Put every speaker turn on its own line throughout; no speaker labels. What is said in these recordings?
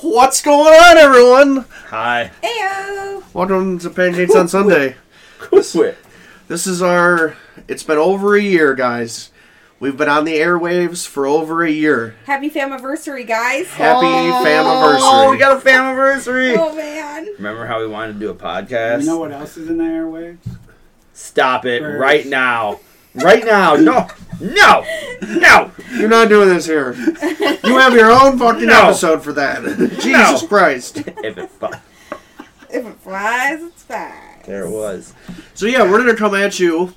What's going on, everyone?
Hi.
Heyo.
Welcome to Pancakes on Sunday.
Quit.
This is our. It's been over a year, guys. We've been on the airwaves for over a year.
Happy famiversary, guys.
Happy
Oh, we
famiversary.
got a anniversary.
Oh man.
Remember how we wanted to do a podcast?
You know what else is in the airwaves?
Stop it
Birds.
right now. Right now. No. No. No.
You're not doing this here. You have your own fucking
No.
episode for that. Jesus Christ.
If it fu-
If it flies, it's fine.
there it was.
So yeah, we're gonna come at you,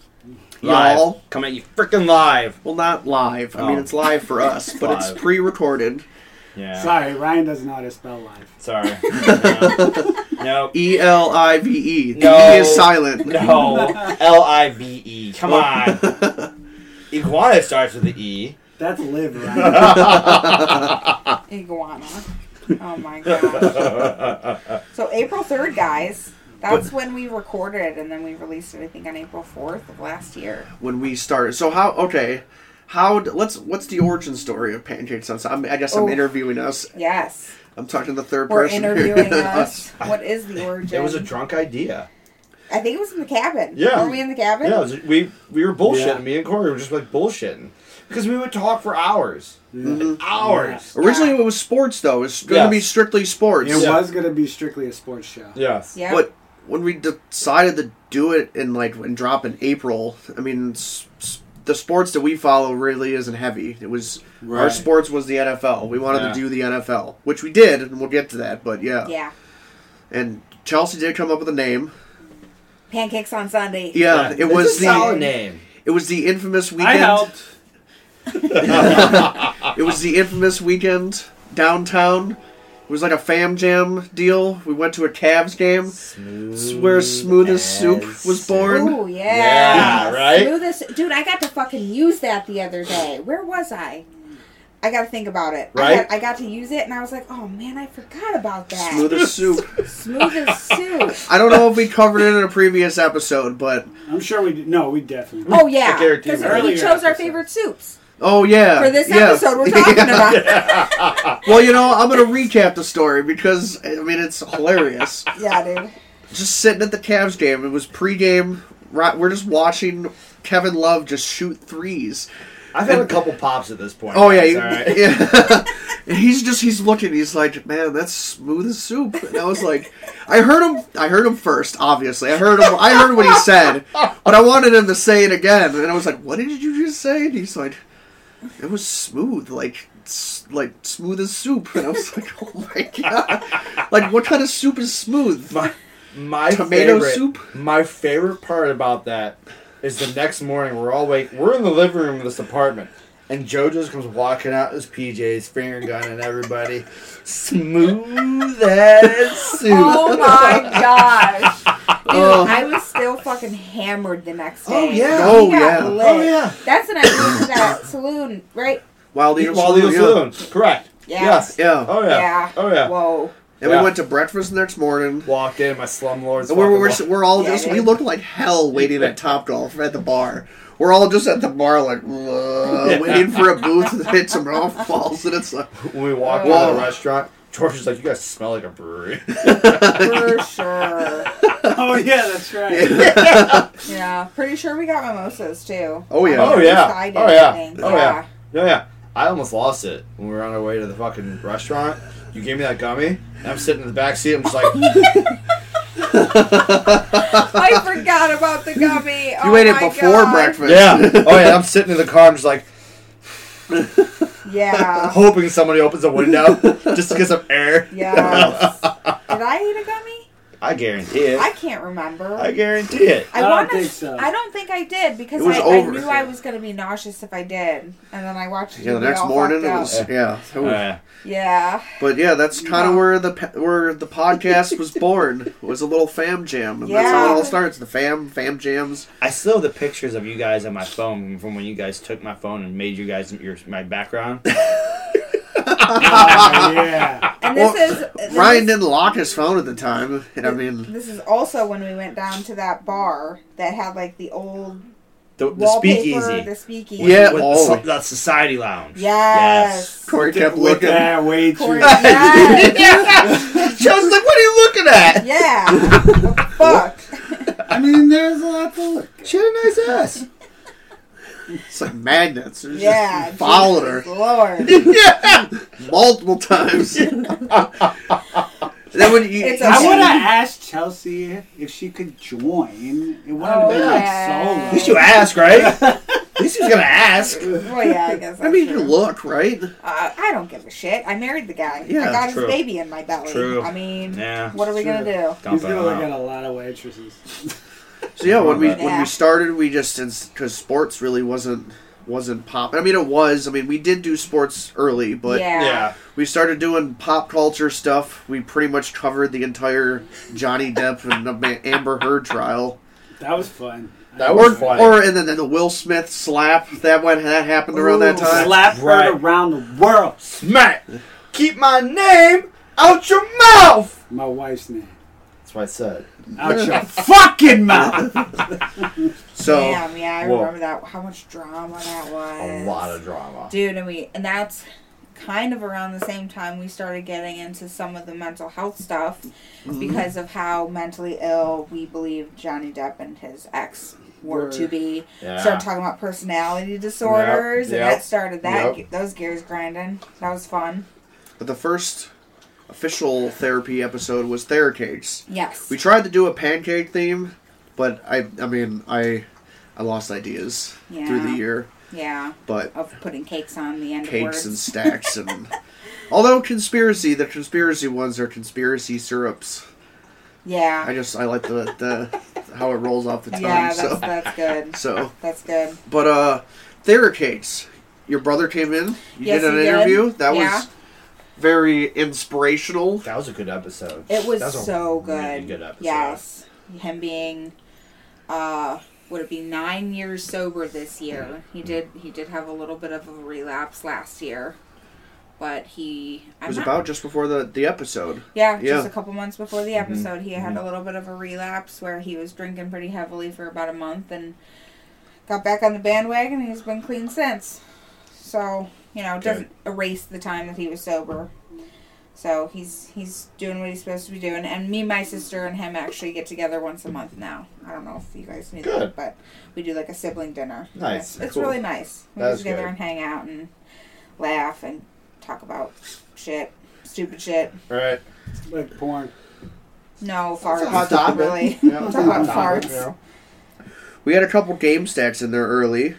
Live.
y'all.
Come at you freaking live.
Well, not live. I mean,
Oh.
it's live for us, but it's
Live.
pre-recorded.
Yeah.
Sorry, Ryan doesn't know how to spell life.
Sorry. No. Nope.
E L I V E. The
No.
E is silent.
No. L I V E. Come on. Iguana starts with the E.
That's live, Ryan.
Iguana. Oh my gosh. so April third, guys. That's when we recorded and then we released it I think on April fourth of last year.
when we started. So how? Okay, how? d- Let's. What's the origin story of Pancakes on Sunday? I'm, I guess I'm
Oh.
interviewing us.
Yes.
I'm talking to the 3rd
We're
person.
interviewing us. What is the origin?
It was a drunk idea.
I think it was in the cabin.
Yeah.
Were we in the cabin?
Yeah, it was- we we were bullshitting.
Yeah.
Me and Corey were just like bullshitting because we would talk for hours, Like, hours.
Originally, it was sports though. It's going to be
Yes.
strictly sports.
It
Yeah.
was gonna be strictly a sports show.
Yes.
Yep.
But when we decided to do it and like and drop in April, I mean, s- s- the sports that we follow really isn't heavy. It was our
Right.
sports was the NFL. We wanted
Yeah.
to do the NFL, which we did, and we'll get to that. But yeah,
Yeah.
and Chelsea did come up with a name.
Pancakes on Sunday.
Yeah, it
It's
was
a
the
solid name.
it was the infamous weekend.
I helped.
It was the infamous weekend downtown. It was like a fam jam deal. We went to a Cavs game s- where Smooth as Soup
as
was born.
Ooh, yeah.
Yeah, right?
Smoothest- dude, I got to fucking use that the other day. Where was I? I got to think about it. I
Right?
got, I got to use it, and I was like, oh man, I forgot about that.
Smooth as Soup.
Smooth as soup.
I don't know if we covered it in a previous episode, but
I'm sure we did. No, we definitely.
Oh yeah,
I guarantee
because
you.
we
Earlier
chose our
episode.
favorite soups
oh yeah,
for this
yeah.
episode. We're talking about.
Well, you know, I'm gonna recap the story because I mean it's hilarious.
Yeah, dude.
just sitting at the Cavs game. It was pregame. Right, we're just watching Kevin Love just shoot threes.
I've had a couple pops at this point.
Oh yeah,
guys,
you-
all right?
yeah. And he's just he's looking. He's like, man, that's smooth as soup. And I was like, I heard him. I heard him first. Obviously, I heard him. I heard what he said, but I wanted him to say it again. And I was like, what did you just say? And he's like, it was smooth, like s- like smooth as soup. And I was like, oh my god, like what kind of soup is smooth?
My, my
Tomato
favorite,
soup?
My favorite part about that is the next morning we're all awake. We're in the living room of this apartment, and Joe just comes walking out his PJs, finger gunning everybody, smooth as soup.
Oh my gosh, dude! I was still fucking hammered the next day.
Oh, yeah.
We
Oh,
got
yeah.
lit.
Oh, yeah.
That's when I went to that saloon, right?
Wild Eagle
While he was
Saloon, yeah.
alone. Correct.
Yeah.
Yes.
Yeah.
Oh yeah.
Yeah.
Oh yeah.
Whoa.
And
Yeah.
we went to breakfast the next morning.
Walked in, my slumlords.
And we're,
fucking
we're,
walk-
we're all
Yeah,
just, we
dude.
look like hell waiting at Top Golf at the bar. We're all just at the bar, like, "Whoa,"
Yeah.
waiting for a booth that hits some rock falls. And it's like,
when we walked
Whoa.
into the restaurant, George is like, "You guys smell like a brewery."
For sure.
Oh yeah, that's right.
Yeah, pretty sure we got mimosas too.
Oh, yeah.
I don't
Oh,
know
yeah.
if I did,
Oh,
I
yeah.
think.
Oh, yeah. Yeah, yeah. I almost lost it when we were on our way to the fucking restaurant. You gave me that gummy, and I'm sitting in the back seat. I'm just like,
I forgot about the gummy. Oh,
you ate it before breakfast.
yeah, oh yeah. I'm sitting in the car. I'm just like
Yeah.
hoping somebody opens a window just to get some air.
Yes. Did I eat a gummy?
I guarantee it.
I
I,
can't remember.
guarantee it.
I don't
wanna-
think so.
I don't think I did because
It was
I,
over.
I knew I was going to be nauseous if I did, and then I watched.
Yeah, the
TV
next
all
morning it
fucked up.
was, yeah. it was-
Uh,
Yeah.
But yeah, that's kind of where the pe- where the podcast was born. was a little fam jam, and that's how it
Yeah.
all starts. The fam fam jams.
I still have the pictures of you guys on my phone from when you guys took my phone and made you guys your my background.
Oh, yeah.
And this
Well,
is this
Ryan
Is,
didn't lock his phone at the time, and I mean,
this is also when we went down to that bar that had like the old
The, the
Wallpaper,
speakeasy.
The speakeasy.
Yeah.
with
Oh.
so- that society lounge.
Yes.
Corey kept
With
looking.
that way
Corey,
too.
yes.
Yes. Joe's like, what are you looking at?
Yeah. What the fuck?
I mean, there's a lot to look.
She had a nice ass. It's like magnets. It was
Yeah.
just followed her.
Jesus Lord.
yeah, multiple times. then when you,
It's
I
okay.
would have asked Chelsea if she could join. It wouldn't have
Oh,
been
yeah.
like
At least
solo.
you ask, right? At least he was gonna ask.
Well, yeah, I guess.
I mean,
that's
you
true.
look right.
Uh, I don't give a shit. I married the guy.
Yeah,
I got
true.
his baby in my belly.
True.
I mean,
Yeah.
what are we gonna do?
Dump
He's
it
gonna look at
out.
a lot of waitresses.
So yeah, when we when
Yeah.
we started, we just because sports really wasn't wasn't pop. I mean, it was. I mean, we did do sports early, but
yeah.
Yeah.
we started doing pop culture stuff. We pretty much covered the entire Johnny Depp and Am- Amber Heard trial.
That was fun.
That
Or,
was funny.
or and then, then the Will Smith slap that went that happened around that
Ooh,
time.
Slap
Right.
right around the world.
Matt, keep my name out your mouth.
My wife's name.
That's what I said.
Out your fucking mouth.
So
Damn, yeah, I
Whoa.
remember that. How much drama that was.
A lot of drama.
dude, and we and that's kind of around the same time we started getting into some of the mental health stuff because of how mentally ill we believe Johnny Depp and his ex were,
Were.
to be.
Yeah.
Started talking about personality disorders, and
yep,
that started that
yep.
those gears grinding. That was fun.
but the first official therapy episode was Theracakes.
Yes.
We tried to do a pancake theme, but I I mean I I lost ideas through the
Yeah.
year.
yeah.
But
Of putting cakes on the end of
cakes
words.
and stacks and although conspiracy, the conspiracy ones are conspiracy syrups.
yeah.
I just I like the, the how it rolls off the tongue.
yeah, that's
so
that's good.
so
That's good.
but uh Theracakes. Your brother came in. You
Yes,
did an
he did.
interview. That
Yeah.
was very inspirational.
That was a good episode.
It was,
That a
so good.
really good episode.
Yes. Him being uh would it be nine years sober this year. He did he did have a little bit of a relapse last year. But he
It
I'm
was
not-
about just before the the episode.
yeah,
yeah.
just a couple months before the
Mm-hmm.
episode he had a little bit of a relapse where he was drinking pretty heavily for about a month and got back on the bandwagon and he's been clean since. So, you know, it doesn't erase the time that he was sober. So he's he's doing what he's supposed to be doing, and me, my sister, and him actually get together once a month now. I don't know if you guys knew
Good.
that, but we do like a sibling dinner.
Nice,
it's, it's
cool.
really nice. We
That
get
is
together
good.
and hang out and laugh and talk about shit, stupid shit.
Right.
like porn.
No
That's
farts,
a hot topic.
really.
Yeah,
Talk about farts.
We had a couple game stacks in there early.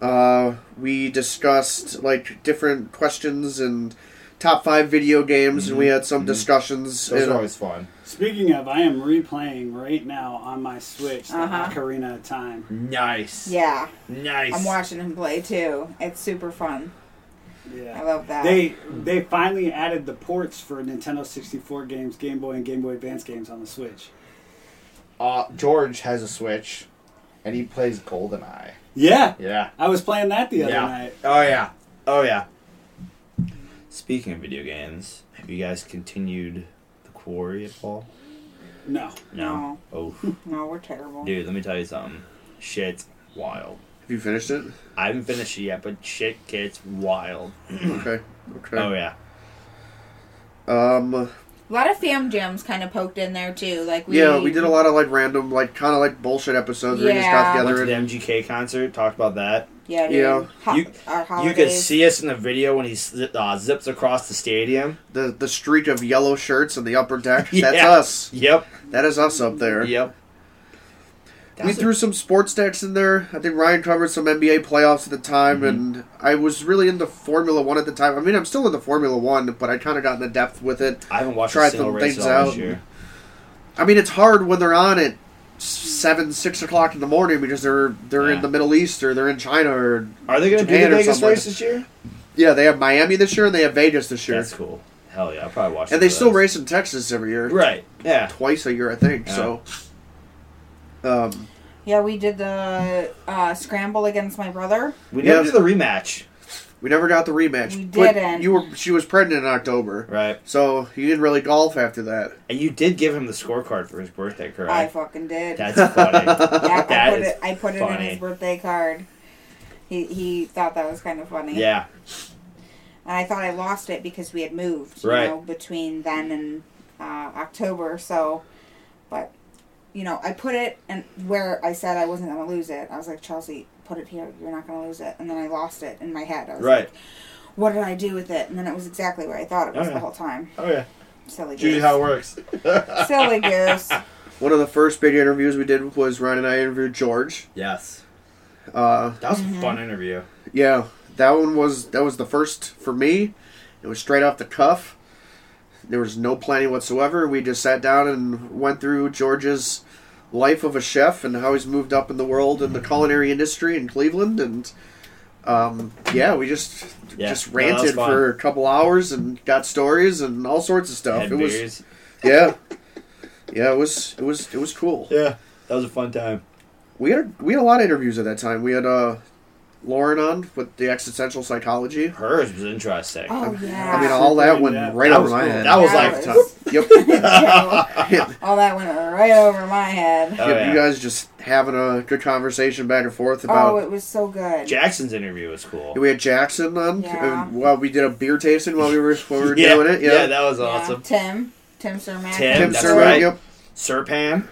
Uh, we discussed like different questions and top five video games, and
Mm-hmm.
we had some discussions.
Oh,
Those
and-
are always fun.
Speaking of, I am replaying right now on my Switch the
Uh-huh.
Ocarina of Time.
Nice.
Yeah,
Nice.
I'm watching him play too. It's super fun. I
Yeah.
love that.
They they finally added the ports for Nintendo 64 games, Game Boy, and Game Boy Advance games on the Switch.
Uh, George has a Switch, and he plays GoldenEye.
Yeah,
Yeah.
I was playing that the other
yeah.
night.
Oh yeah. Oh yeah.
Speaking of video games, have you guys continued the quarry at all?
No,
No.
Oh,
no, we're terrible.
dude, let me tell you something. Shit's wild.
Have you finished it?
I haven't finished it yet, but shit gets wild.
Okay.
Oh
Okay.
yeah.
Um.
A lot of fam jams kind of poked in there too. Like we
Yeah, we did a lot of like random, like kind of like bullshit episodes. where We just got
Yeah.
Went
together
to the
and
MGK concert. Talked about that.
Yeah, dude.
Yeah.
Ho-
You-
our
You
holidays.
could see us in the video when he zi- uh, zips across the stadium.
the the streak of yellow shirts in the upper deck. That's
Yeah.
us.
Yep.
That is us up there.
Yep.
we
That's a-
threw some sports stats in there. I think Ryan covered some NBA playoffs at the
Mm-hmm.
time, and I was really into Formula One at the time. I mean, I'm still into Formula One, but I kind of got into depth with it.
I haven't watched
tried
a single
some
race
things
at all this
out.
year.
I mean, it's hard when they're on at seven, six o'clock in the morning because they're they're
Yeah.
in the Middle East or they're in China or
Are they going to do
Japan
the
or
Vegas
something.
race this year?
yeah, they have Miami this year and they have Vegas this year,
That's cool. Hell yeah, I probably watched.
and they
some of
still
those.
race in Texas every year,
Right. Yeah.
Twice a year, I think.
Yeah.
So, um,
Yeah, we did the uh, scramble against my brother.
We
Yeah.
never did the rematch.
we We never got the rematch.
We
But
didn't.
You were she was pregnant in October,
Right.
so you didn't really golf after that.
And you did give him the scorecard for his birthday,
I
correct?
fucking did.
That's funny.
yeah,
that
I put
is
it. I put it in
funny.
his birthday card. He he thought that was kind of funny.
yeah.
And I thought I lost it because we had moved, you
Right.
know, between then and uh, October. So, but you know, I put it and where I said I wasn't going to lose it. I was like, Chelsea, put it here. You're not going to lose it. And then I lost it in my head. I was
Right.
like, What did I do with it? And then it was exactly where I thought it was
Oh, yeah.
the whole time.
Oh yeah.
Silly
It's usually
goose.
how it works.
Silly goose. Oh,
One of the first big interviews we did was Ryan and I interviewed George.
Yes.
Uh,
That was a
Mm-hmm.
fun interview.
yeah, that one was that was the first for me. It was straight off the cuff. There was no planning whatsoever. We just sat down and went through George's life of a chef and how he's moved up in the world in the culinary industry in Cleveland and um, yeah, we just
Yeah,
just
no, that was
ranted
fun.
for a couple hours and got stories and all sorts of stuff.
Had
Oh, it was
beers.
yeah. Yeah, it was it was it was cool.
Yeah. That was a fun time.
We had we had a lot of interviews at that time. We had uh Lauren on with the existential psychology.
Hers was interesting.
Oh
I mean,
yeah.
all that
Yeah.
went
That
right
that
over
was
my
cool.
head.
That was
That
like
was-
tough.
yep. Yep,
all that went right over my head.
Oh, yeah.
You guys just having a good conversation back and forth about.
Oh, it was so good.
Jackson's interview was cool.
we had Jackson on.
Yeah.
And, well, we did a beer tasting while we were while we were
yeah.
doing it.
yeah.
Yeah.
that was
Yeah.
awesome.
Tim. Tim Cermak.
Tim,
Tim
that's
Serban,
right.
yep.
Serpan.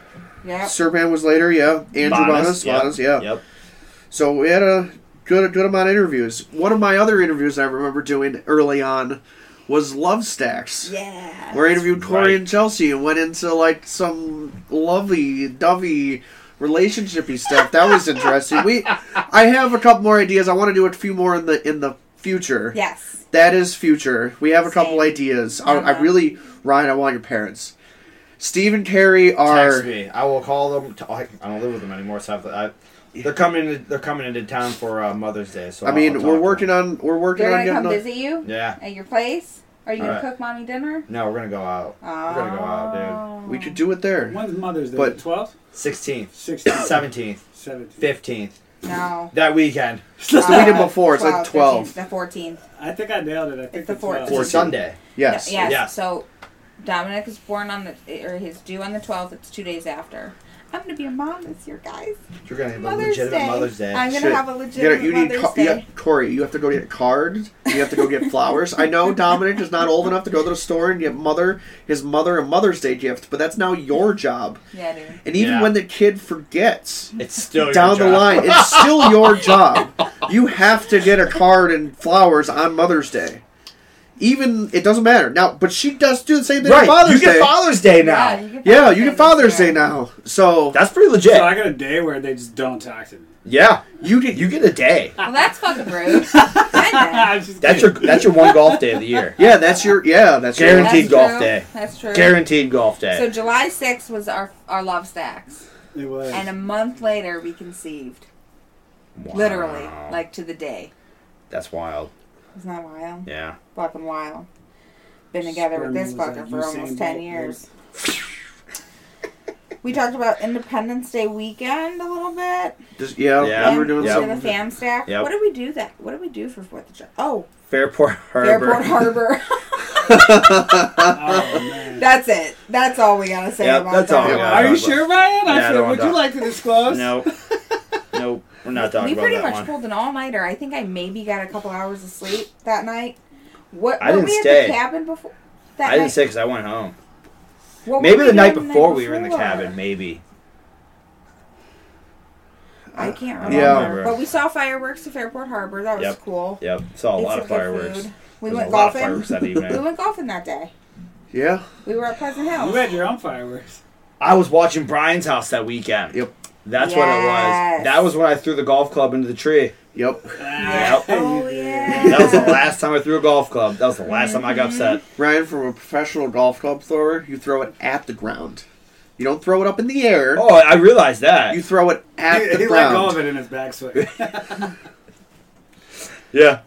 Yep.
Serpan was later, yeah. Andrew Bonas,
yep,
Bonas, yeah.
Yep.
So we had a good good amount of interviews. One of my other interviews I remember doing early on was Love Stacks.
Yeah.
Where I interviewed Corey
right.
and Chelsea and went into like some lovely dovey relationshipy stuff. That was interesting. We I have a couple more ideas. I want to do a few more in the in the future.
Yes.
That is future. We have a couple
Same.
ideas. I, I
Mhm.
really Ryan, I want your parents. Steve and Carrie are
Text me. I will call them. T- I I don't live with them anymore, so I've, I, they're coming. In, they're coming into town for uh, Mother's Day. So
I
I'll- I'll
mean,
talk
we're
to
working
them.
on we're working
They're
on
gonna
getting
come
a-
visit you
Yeah.
at your place. Are you gonna
Alright.
cook mommy dinner?
No, we're gonna go out.
Oh.
gonna go out,
we could do it there.
When's Mother's Day?
But-
12th?
16th,
Oh.
16th?
17th,
17th?
15th.
No.
That weekend.
It's the
Uh,
weekend before. It's like
12,
12.
13, The fourteenth.
I think I nailed it. I think
the
it's
fourth.
12th.
It's a Sunday.
Yes.
Yes.
Yeah.
So Dominic is born on the or he's due on the twelfth. It's two days after. I'm gonna be a mom this year, guys.
You're gonna have a
Mother's
legitimate
Day.
Mother's Day.
I'm gonna
Shit.
have a
You, gotta-
legitimate
you need
Mother's
ca-
Day.
you got- Corey. You have to go get cards. You have to go get flowers. I know Dominic is not old enough to go to the store and get mother his mother a Mother's Day gift, but that's now your job.
Yeah, dude.
And even
Yeah.
when the kid forgets
it's still
down
your
the
job.
line, it's still your job. You have to get a card and flowers on Mother's Day. Even it doesn't matter now, but she does do the same thing on
Right.
Father's
you get
Day.
Father's Day now.
Yeah, you get
yeah, you get Father's
this
Day
year.
now. So
That's pretty legit.
So I got a day where they just don't talk to me.
yeah.
you get
You get a day.
Well, that's fucking rude. Kinda.
I'm just
That's your that's your one golf day of the year.
Yeah, that's your yeah, that's your
Guaranteed
That's
golf
true.
day.
That's true.
Guaranteed golf day.
So July 6th was our our love stacks,
It was.
and a month later we conceived,
Wow.
literally, like to the day.
that's wild.
Isn't that wild?
Yeah.
Fucking wild. Been together with this
Sperm was like
fucker for
Usain
almost
Bolt,
ten years. We talked about Independence Day weekend a little bit.
Just, yeah,
Yeah.
we were doing
Yeah.
and
something.
the fam stack.
Yep.
What did we do that? What did we do for Fourth of July? Oh,
Fairport Harbor.
Airport Harbor.
Oh, man.
that's it. That's all we gotta say
Yep,
about
that's
that.
all we got.
Are you sure, Ryan?
Yeah, I don't
I said,
wanna
would you
talk.
like to disclose?
No. no, we're not talking
we
about
pretty
that
much
one.
pulled an all-nighter. I think I maybe got a couple hours of sleep that night. What?
I
were
didn't
we
stay.
At the cabin before. That
I
night?
didn't say because I went home.
What
Maybe
were
the
we
night
doing
before we were in the
before?
cabin. Maybe.
I can't
I
remember.
don't
remember.
But we saw fireworks at Fairport Harbor. That was
Yep.
cool.
Yep. Saw a
Ate
lot
some
of
good
fireworks.
food. We
There was
went
a lot of
golfing.
fireworks that
We
evening.
went golfing that day.
Yeah,
We were at Pleasant Hill.
You had your own fireworks.
I was watching Brian's house that weekend.
Yep.
That's what it was.
Yes.
That was when I threw the golf club into the tree.
yep.
Ah,
Yep.
Oh
you-
yeah.
That was the last time I threw a golf club. That was the last time I got upset.
Ryan, from a professional golf club thrower, you throw it at the ground. You don't throw it up in the air.
Oh, I realized that.
You throw it at
He,
the
he let
ground.
go of it in his backswing.
Yeah.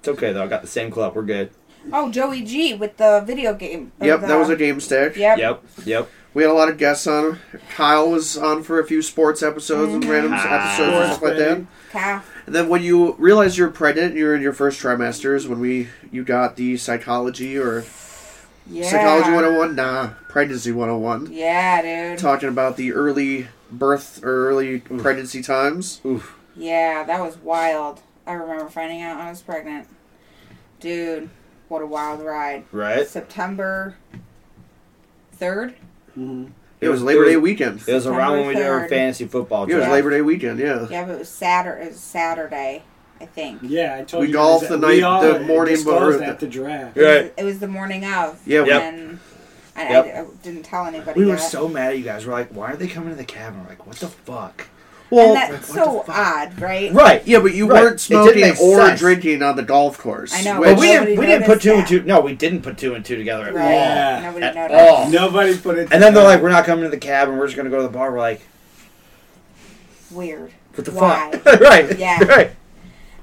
It's okay though. I got the same club. We're good.
Oh, Joey G with the video game. or
Yep,
the-
that was a game stack.
Yep.
Yep. Yep.
We had a lot of guests on. Kyle was on for a few sports episodes and random
Mhm.
Mm-hmm.
episodes and
Sports
stuff like that.
betting.
And
Calf.
then when you realize you're pregnant, you're in your first trimester is when we you got the psychology or
Yeah.
psychology 101, nah, pregnancy 101,
Yeah, dude.
talking about the early birth or early pregnancy times.
Oof.
Yeah, that was wild. I remember finding out I was pregnant. Dude, what a wild ride.
Right?
September 3rd?
hmm
It was Labor
it
Day weekend.
It was around when we did our
September 3rd.
fantasy football
It was
draft.
Labor Day weekend, yeah.
Yeah, but it was Saturday, it was Saturday I think.
Yeah, I told
We
you.
golfed
guys
the
that-
night-
we all
the morning
disclosed
before
at the draft.
Right.
It was the morning of.
Yeah, we-
Yep.
And I, I
Yep.
d- I didn't tell anybody
We
yet.
were so mad at you guys. We're like, why are they coming to the cabin? We're like, what the fuck?
Well,
and that's
what the
so
fuck?
odd, right?
Right.
yeah, but you
Right.
weren't
It didn't
smoking
make
or
sense.
drinking on the golf course.
I know,
which-
But we didn't. We
Nobody
didn't put two and
noticed
two. No, we didn't put two and two together at
Right.
all.
Yeah.
Nobody
At
noticed.
all.
Nobody put it.
And then they're like, we're not coming to the cabin. We're just gonna go to the bar. We're like,
Weird.
what the
Why?
fuck? right.
Yeah.
Right.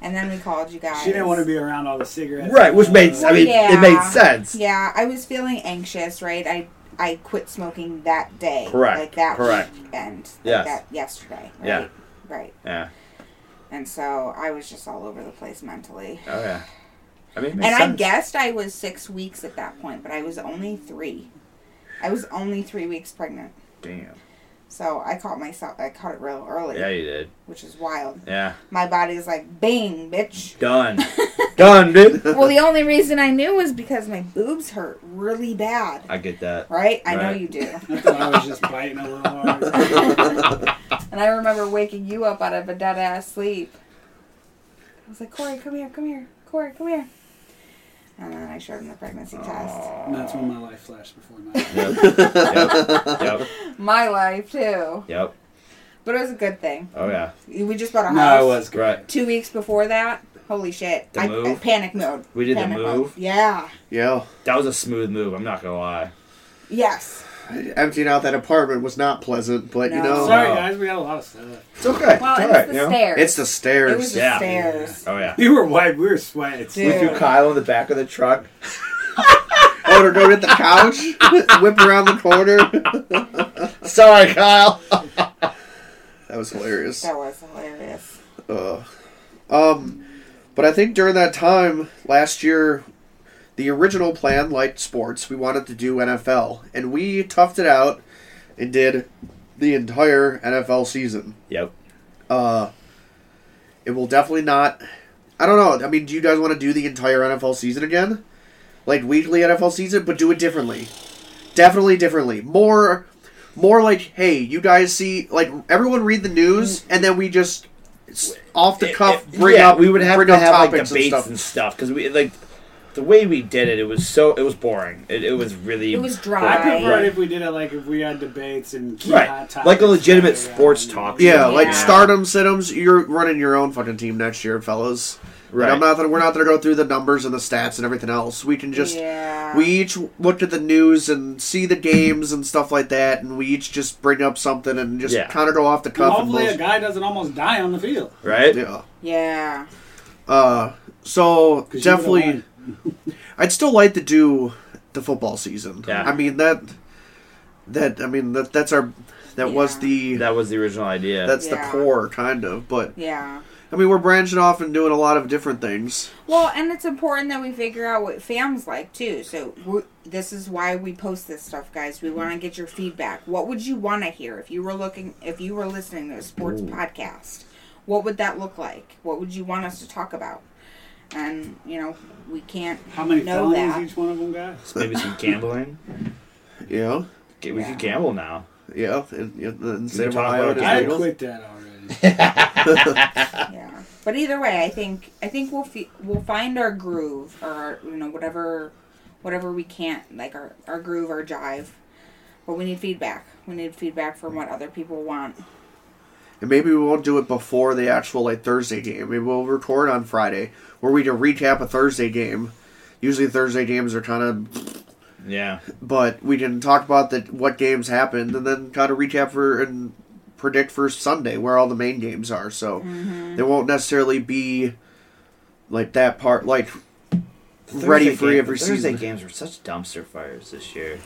And then we called you guys.
she didn't want to be around all the cigarettes.
Right. Which made. I mean, it
Yeah.
made sense.
Yeah, I was feeling anxious, right? I I quit smoking that day.
Correct,
Like that
correct.
weekend. Like
Yes.
that yesterday. Right?
Yeah.
Right.
Yeah.
And so I was just all over the place mentally.
Oh yeah. I mean, it
and
makes
I
sense.
guessed I was six weeks at that point, but I was only three. I was only three weeks pregnant.
Damn.
So I caught myself I caught it real early.
Yeah, you did.
Which is wild.
Yeah.
My body's like, bang, bitch.
Done. Done, dude.
well, the only reason I knew was because my boobs hurt really bad.
I get that.
Right? I know
Right.
you do.
I thought I was just biting a little hard.
And I remember waking you up out of a dead ass sleep. I was like, Corey, come here, come here, Corey, come here. And then I showed him the pregnancy test.
And that's when my life flashed before my eyes.
Yep. yep. Yep.
My life too,
Yep.
but it was a good thing.
Oh yeah.
We just bought a house.
No, it was good.
Right.
Two weeks before that, holy shit!
The
I,
move?
I panic mode.
We did the
Panic
move?
Mode. Yeah.
yeah,
That was a smooth move. I'm not gonna lie.
Yes.
emptying out that apartment was not pleasant, but you
No.
know,
Sorry,
no.
guys, we had a lot of stuff.
It's okay.
Well,
it's
it
all
was
right.
the
You know?
stairs.
it's the
It
stairs.
was
Yeah.
the stairs.
Oh yeah.
We were wide. We were sweating.
Dude.
We threw Kyle in the back of the truck.
Oh, to go hit the couch, whip around the corner.
Sorry, Kyle.
That was hilarious.
That was hilarious.
Ugh. Um, but I think during that time last year, the original plan, like sports, we wanted to do NFL, and we toughed it out and did the entire NFL season.
Yep.
Uh, it will definitely not. I don't know. I mean, do you guys want to do the entire NFL season again, like weekly NFL season, but do it differently? Definitely differently. More, more like, hey, you guys see, like everyone read the news, and then we just s- off the cuff
Mm. It- it-
bring
yeah,
up.
We would have
bring
to
up
have like
topics
debates and stuff because we like the way we did it. It was so. It was boring. It, it was really.
It was
I
dry.
prefer
Right.
it if we did it like if we had debates and key hot
Right,
topics
like a legitimate
right around.
sports talk.
Yeah, like
Yeah.
stardom, situms. You're running your own fucking team next year, fellas. Right.
Right.
I'm not. We're not gonna go through the numbers and the stats and everything else. We can just
yeah.
we each looked at the news and see the games and stuff like that, and we each just bring up something and just
Yeah.
kind of go off the
And
cuff. And
Hopefully, a
bullshit.
guy doesn't almost die on the field.
right.
yeah.
yeah.
Uh, so
'Cause you would've
definitely,
won.
I'd still like to do the football season.
Yeah.
I mean that. That I mean that that's our that was
Yeah.
the
That was the original idea.
that's
Yeah.
the core kind of, but
Yeah.
I mean we're branching off and doing a lot of different things.
Well, and it's important that we figure out what fam's like too. So we this is why we post this stuff, guys. We want to get your feedback. What would you want to hear if you were looking, if you were listening to a sports podcast? What would that look like? What would you want us to talk about? And you know, we can't
How many
know
felonies
that.
each one of them got?
Maybe some gambling.
Yeah,
Okay, We
Yeah.
could gamble now.
yeah. And, and, and
can talk about it.
I
Yeah.
quit that already.
Yeah. But either way, I think I think we'll fe- we'll find our groove or our, you know whatever whatever we can't like our our groove our jive. But we need feedback. We need feedback from what other people want.
And maybe we won't do it before the actual like Thursday game. Maybe we'll record on Friday where we can recap a Thursday game. Usually Thursday games are kind of,
Yeah.
but we can talk about the what games happened and then kind of recap for and predict for Sunday where all the main games are. So
Mm-hmm.
there won't necessarily be like that part like ready
Thursday
for
game-
every
Thursday
season.
games were such dumpster fires this year.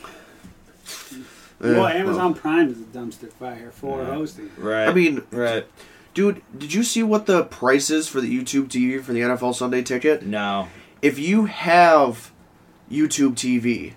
Yeah,
well, Amazon Prime is a dumpster fire for hosting.
Right.
I mean,
right.
Dude, did you see what the price is for the YouTube TV for the NFL Sunday ticket?
No.
if you have YouTube TV,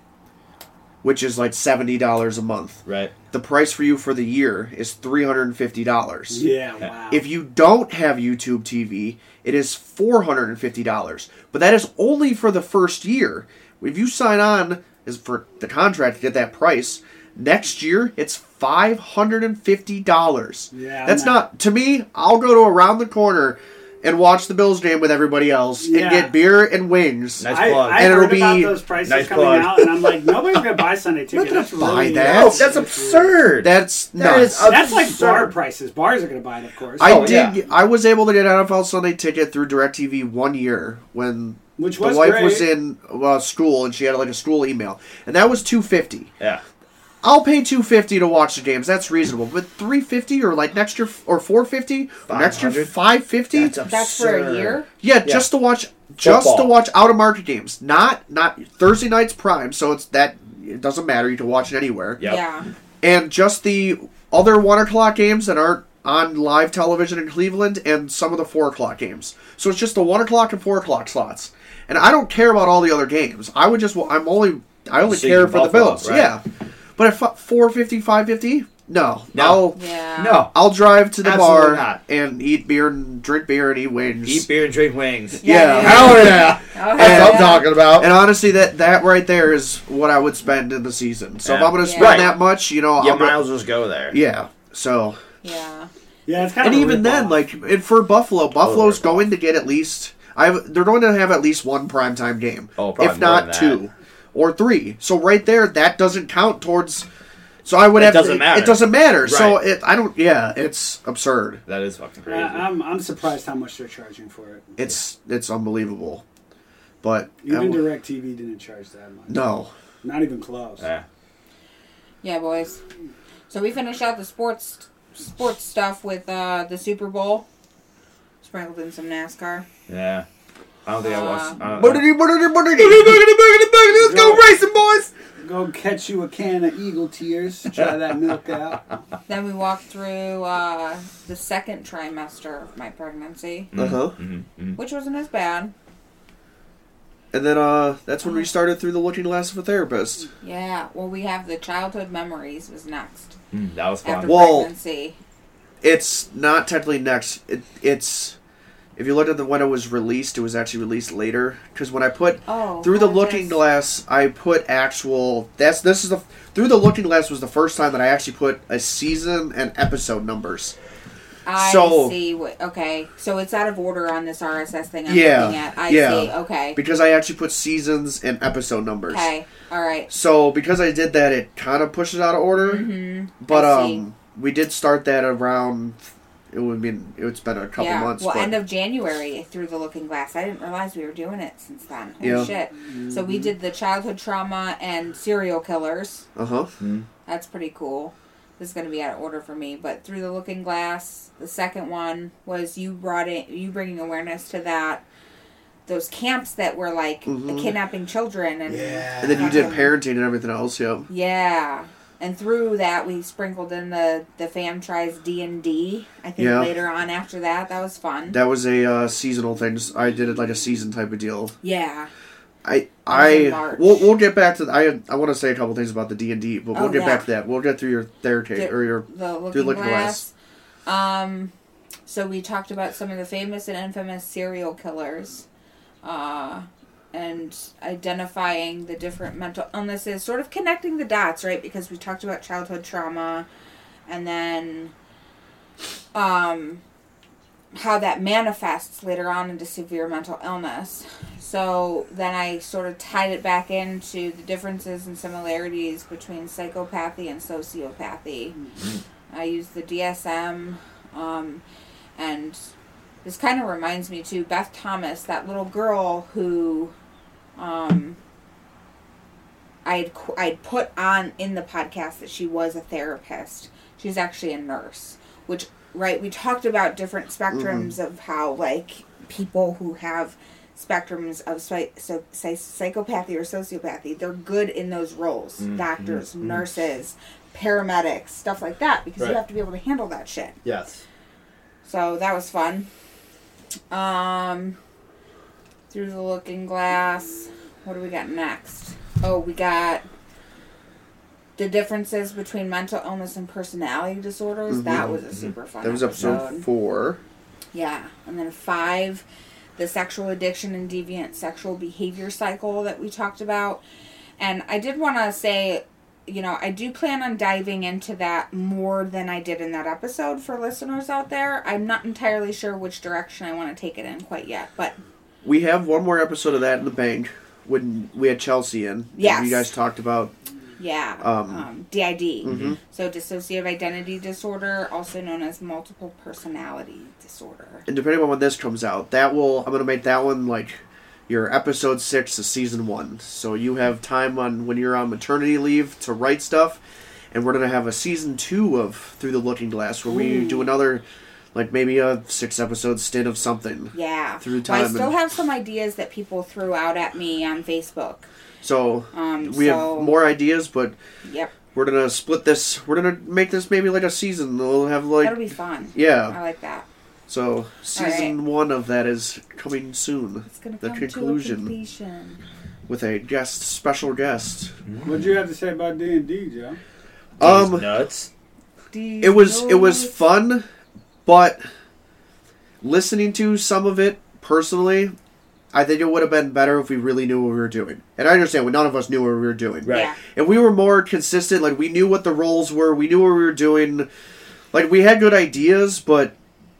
which is like seventy dollars a month,
Right.
the price for you for the year is three hundred and fifty dollars.
Yeah, wow.
If you don't have YouTube TV, it is four hundred and fifty dollars. But that is only for the first year. If you sign on is for the contract at that price, next year it's five hundred and fifty dollars.
Yeah,
That's
I'm
not to me, I'll go to around the corner and watch the Bills game with everybody else
Yeah.
and get beer and wings.
Nice
I,
plug.
I
And
heard
it'll
about
be-
those prices
Nice
coming
plug.
out, and I'm like, nobody's gonna buy Sunday ticket.
gonna
That's
buy
really
that.
low.
No,
that's absurd.
That's
That
nuts.
is
That's like bar
absurd.
prices. Bars are gonna buy it, of course.
I
Oh,
did. I was able to get an NFL Sunday ticket through Directv one year when
which
the
was
wife
great.
was in uh, school and she had like a school email, and that was two fifty.
yeah.
I'll pay two fifty to watch the games. That's reasonable, but three fifty or like next year or four fifty or next year
500?
five fifty.
That's
That's for a
absurd.
year?
Yeah, just to watch, just to
Football.
watch out of market games. Not not Thursday night's prime, so it's that it doesn't matter. You can watch it anywhere.
Yep.
Yeah.
and just the other one o'clock games that aren't on live television in Cleveland, and some of the four o'clock games. So it's just the one o'clock and four o'clock slots. And I don't care about all the other games. I would just I'm only I only
So you
care
can
for the
Buffalo,
Bills.
right?
Yeah, but if uh, 450, 550, no,
No.
I'll
Yeah.
No.
I'll drive to the
Absolutely
bar
not.
and eat beer and drink beer and eat wings.
Eat beer and drink wings.
Yeah.
dude.
Hell yeah.
Oh,
That's
hell
what I'm
yeah.
talking about.
And honestly, that that right there is what I would spend in the season. So if
Yeah.
I'm going to spend
Right.
that much, you know,
yeah,
I'm gonna-
miles just go there.
yeah. So
Yeah.
Yeah, it's kind
and
of. a
even then,
ripoff.
like and for
Oh,
Buffalo, Buffalo's
ripoff.
going to get at least I have they're going to have at least one primetime game,
Oh, probably
if not
more than
two or three. So right there, that doesn't count towards. So I would
It
have
doesn't
it,
matter.
It doesn't matter. So
Right.
it I don't. Yeah, it's absurd.
That is fucking
Uh,
crazy.
I'm I'm surprised how much they're charging for it.
It's it's unbelievable. But
Even
um,
DirecTV didn't charge that much.
no,
Not even close.
yeah.
Yeah, boys. So we finished out the sports sports stuff with uh, the Super Bowl. Sprinkled in some NASCAR.
Yeah. I don't think
Uh,
I watched. I don't,
Boogity, boogity, boogity.
Let's
go
racing, boys!
Go catch you a can of Eagle Tears. Try that milk out.
Then we walked through uh, the second trimester of my pregnancy,
uh-huh.
which wasn't as bad.
And then uh, that's when we started through the looking glass of a therapist.
Yeah. Well, we have the childhood memories was next
Mm, that was
after
fun.
Well-
pregnancy.
it's not technically next. It, it's if you look at the when it was released, it was actually released later. Because when I put
Oh.
through the
how was
Looking
this?
Glass, I put actual. That's this is the through the Looking Glass was the first time that I actually put a season and episode numbers.
I
So-
see. What, okay, so it's out of order on this RSS thing I'm
Yeah,
looking at. I
yeah.
see. Okay.
Because I actually put seasons and episode numbers.
Okay. All right.
So because I did that, it kind of pushes out of order. But
Mm-hmm. I see.
um, we did start that around. It would mean it's been a couple
yeah.
months.
well,
but-
end of January through the Looking Glass. I didn't realize we were doing it since then. Holy
Yeah. Mm-hmm.
shit. So we did the childhood trauma and serial killers.
uh-huh.
That's pretty cool. This is going to be out of order for me, but through the Looking Glass, the second one was you brought in you bringing awareness to that those camps that were like
Mhm.
kidnapping children and
Yeah.
And then you did
Okay.
parenting and everything else. Yeah.
Yeah, and through that we sprinkled in the the fam tries D and D. I think
Yeah.
later on after that, that was fun.
That was a uh, seasonal thing. I did it like a season type of deal.
yeah,
I
in
I
March.
we'll, we'll get back to I I want to say a couple things about the D and D, but we'll
Oh,
get
yeah.
back to that. We'll get through your therapy
The-
or your
the Looking,
Looking
glass. Um, so we talked about some of the famous and infamous serial killers, uh, and identifying the different mental illnesses, sort of connecting the dots, right? Because we talked about childhood trauma, and then, um, how that manifests later on into severe mental illness. So then I sort of tied it back into the differences and similarities between psychopathy and sociopathy. I used the DSM, um, and this kind of reminds me too Beth Thomas, that little girl who um, I had qu- I had put on in the podcast that she was a therapist. She's actually a nurse, which right we talked about different spectrums of how like people who have spectrums of psy- so, say psychopathy or sociopathy they're good in those roles doctors nurses paramedics stuff like that because you
Right.
have to be able to handle that shit
Yes.
So that was fun. Um, through the Looking Glass. What do we got next? Oh, we got the differences between mental illness and personality disorders. That was a super fun.
Mm-hmm. That was episode four.
Yeah, and then five, the sexual addiction and deviant sexual behavior cycle that we talked about. And I did want to say, you know, I do plan on diving into that more than I did in that episode for listeners out there. I'm not entirely sure which direction I want to take it in quite yet, but
We have one more episode of that in the bank when we had Chelsea in.
Yes.
You guys talked about
yeah, um,
Um, mm-hmm.
DID. So, dissociative identity disorder, also known as multiple personality disorder.
and depending on when this comes out, that will I'm gonna make that one like your episode six of season one. So you have time on when you're on maternity leave to write stuff, and we're gonna have a season two of Through the Looking Glass where we do another like maybe a six episode stint of something.
Yeah.
Through
Well, I
time
still
and-
have some ideas that people threw out at me on Facebook.
So
Um,
we
so-
have more ideas, but
Yep.
we're gonna split this. We're gonna make this maybe like a season. We'll have like uh,
That'll be fun. I
yeah.
like that.
So season one of that is coming soon.
It's gonna
The
come to a
conclusion.
completion.
with a guest, special guest.
What'd you have to say about D and D, Joe?
Um,
nuts.
Do you
it was it
know
was
if-
fun, but listening to some of it personally, I think it would have been better if we really knew what we were doing. And I understand when none of us knew what we were doing.
Right.
Yeah.
If we were more consistent, like we knew what the roles were, we knew what we were doing. Like we had good ideas, but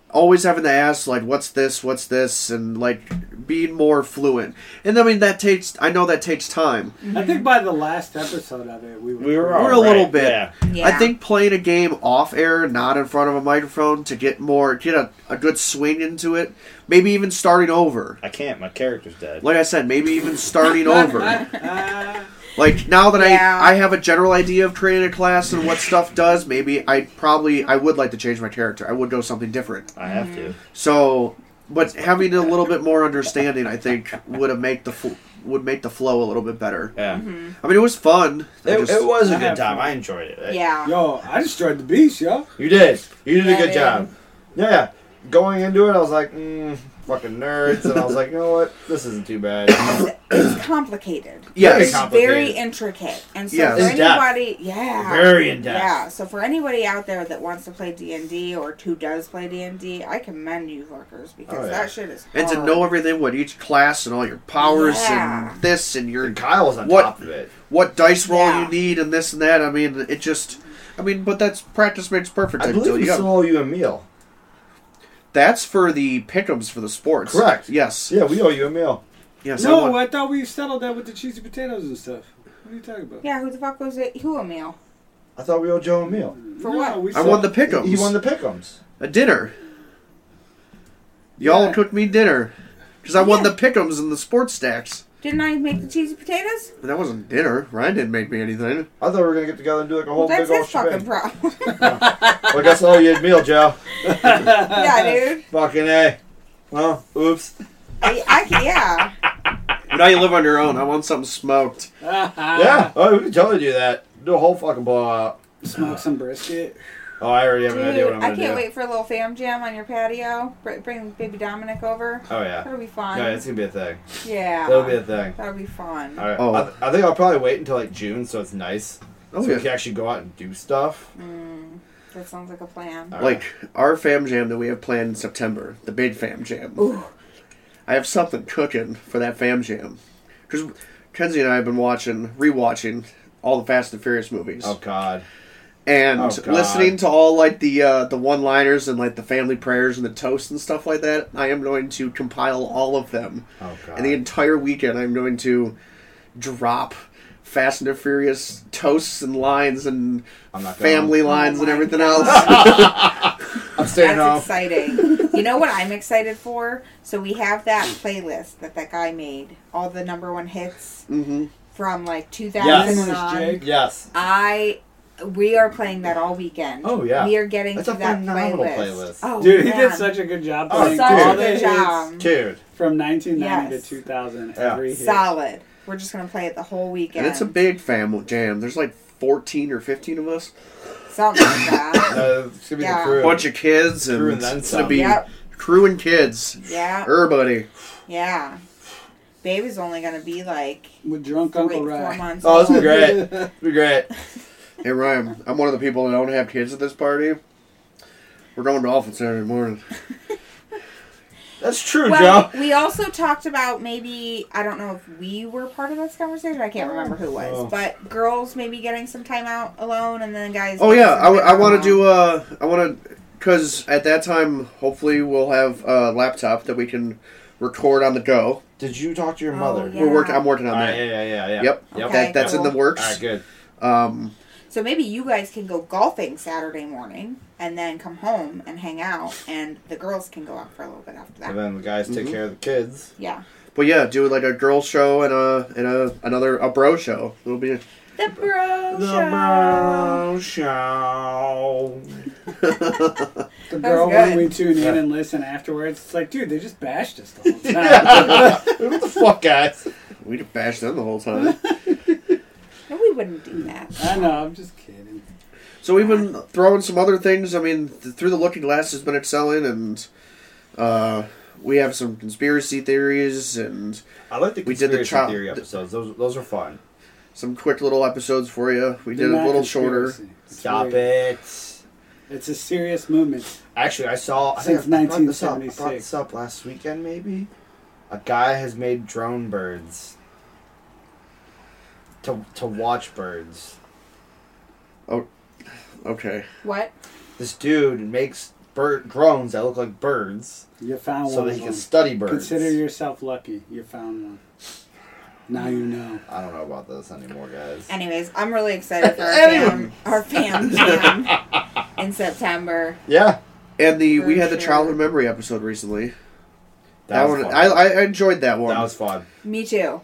always having to ask like what's this, what's this, and like being more fluent. And I mean that takes I know that takes time.
I think by the last episode of it, we were.
We were all
We're a little
right,
bit.
Yeah.
Yeah.
I think playing a game off air, not in front of a microphone, to get more get a, a good swing into it. Maybe even starting over.
I can't. My character's dead.
Like I said, maybe even starting over.
Ah,
Like now that
Yeah.
I I have a general idea of creating a class and what stuff does, maybe I probably I would like to change my character. I would go something different.
I have to.
So, but having a little bit more understanding, I think would have make the fl- would make the flow a little bit better.
Yeah.
Mm-hmm.
I mean, it was fun. I
It,
just-
it was a
I
good
have
time.
to.
I enjoyed it.
Yeah.
yo, I destroyed the beast, yo.
You did. You did
Yeah,
a good
I
job. Yeah. Going into it, I was like, mm, fucking nerds, and I was like, you know what? This isn't too bad.
It's complicated.
Yes.
It's very
Complicated.
intricate. And so
Yes.
for
In depth.
anybody, yeah.
Very in depth.
Yeah. So for anybody out there that wants to play D&D or who does play D&D, I commend you fuckers because
Oh, yeah.
that shit is hard.
and to know everything what each class and all your powers
Yeah.
and this and your
And Kyle was on
What-
top of it.
what dice roll
Yeah.
you need and this and that. I mean, it just, I mean, but that's practice makes perfect.
I
type
believe
deal.
we
You got-
still owe you a meal.
that's for the pickums for the sports.
Correct.
Yes.
Yeah, we owe you a meal.
Yes. I
No,
want-
I thought we settled that with the cheesy potatoes and stuff. What are you talking about?
Yeah, who the fuck was it? Who a meal?
I thought we owed Joe a meal.
For
No,
what?
we
I won the
settled-
pickums.
He won the pickums.
a dinner. Y'all cooked me dinner because I won
Yeah.
the pickums and the sports stacks.
Didn't I make the cheesy potatoes?
But that wasn't dinner. Ryan didn't make me anything.
I thought we were gonna get together and do like a whole
Well, that's
big old
his fucking
shebang.
problem.
well, I guess I owe you a meal, Joe.
yeah, dude.
Fucking a. Well, oops.
I, I, yeah.
But now you live on your own. I want something smoked.
Uh,
Yeah. Oh, we can totally do that. Do a whole fucking blowout.
Smoke some brisket.
Oh, I already have
Dude,
an idea what I'm
I
gonna
can't
do.
wait for a little fam jam on your patio. Br- Bring baby Dominic over.
Oh yeah.
That'll be fun.
No, it's gonna be a thing.
yeah.
That'll be a thing.
That'll be fun.
All right.
Oh.
I, th- I think I'll probably wait until like June, so it's nice,
Oh,
so
yeah.
we can actually go out and do stuff.
Mm, that sounds like a plan.
All
Like our fam jam that we have planned in September, the big fam jam.
Ooh.
I have something cooking for that fam jam. Because Kenzie and I have been watching, rewatching all the Fast and Furious movies,
Oh God.
and
oh, God.
listening to all like the uh, the one liners and like the family prayers and the toasts and stuff like that. I am going to compile all of them,
Oh God.
and the entire weekend I'm going to drop Fast and the Furious toasts and lines and
I'm not going.
family lines
Oh
and
my
everything
God.
else.
I'm staying
That's
home.
exciting. you know what I'm excited for? So we have that playlist that that guy made. All the number one hits
hmm
from like 2000
Mm-hmm. Yes.
and on.
Jake.
Yes.
I we are playing that all weekend.
Oh, yeah.
we are getting
That's
to
a
that
phenomenal
playlist.
playlist.
Oh,
Dude, he
man.
did such a good job.
Oh,
playing
such
all
a
the
good
hits
job.
Dude.
From 1990
Yes.
to 2000,
Yeah.
every hit.
solid. We're just gonna play it the whole weekend.
And it's a big family jam. There's like fourteen or fifteen of us,
Something like that.
Uh, it's gonna be
Yeah.
the crew.
a bunch of kids, and,
Crew and then
it's gonna
some.
be
Yep.
crew and kids. Er,
Yeah.
Everybody,
Yeah. Baby's only gonna be like
With drunk
three,
Uncle
four
Ray.
months.
oh, it's gonna be
old.
great. It's gonna be great.
hey Ryan, I'm one of the people that don't have kids at this party. We're going to Dolphin Saturday morning.
That's true,
Well,
Joe.
we also talked about maybe I don't know if we were part of this conversation. I can't remember who was,
Oh.
but girls maybe getting some time out alone, and then guys.
Oh
getting
yeah,
some
I, w-
time
I want
alone.
to do. Uh, I want to, because at that time, hopefully, we'll have a laptop that we can record on the go.
Did you talk to your
Oh,
mother?
yeah.
We're working. I'm working on
All
that.
right, yeah, yeah, yeah, yeah.
Yep.
Yep.
Okay,
that, that's in
cool.
the works.
All right, good.
Um,
So maybe you guys can go golfing Saturday morning, and then come home and hang out, and the girls can go out for a little bit after
And
that.
then the guys take
Mhm.
care of the kids.
Yeah,
but yeah, do like a girl show and a and a another a bro show. It'll be.
the bro show. Oh,
show.
The
That's
girl when
good.
we tune in
Yeah.
and listen afterwards, it's like, dude, they just bashed us the whole time.
what the fuck, guys?
We just bash them the whole time.
No, we wouldn't do that.
I know, I'm just kidding.
so we've been throwing some other things. I mean, th- through the Looking Glass has been excelling, and uh, we have some conspiracy theories and
I like the
We did the
conspiracy
trial-
theory episodes. Those those are fun.
some quick little episodes for you. We did
They're
a
not
little shorter.
conspiracy. It's
Stop
weird.
it.
It's a serious movement.
Actually, I saw. I think
Since
I brought this up- I brought
1976.
this up last weekend, maybe. A guy has made drone birds to to watch birds.
Okay.
What?
This dude makes bird drones that look like birds,
You found
so
one.
that he
of
can
them.
study birds.
Consider yourself lucky. You found one. Now you know.
I don't know about this anymore, guys.
Anyways, I'm really excited for our fam, our fam jam in September.
Yeah,
And the we
For
had the
sure.
childhood memory episode recently.
that,
That,
was
one,
fun.
I, I enjoyed that one.
that was fun.
Me too.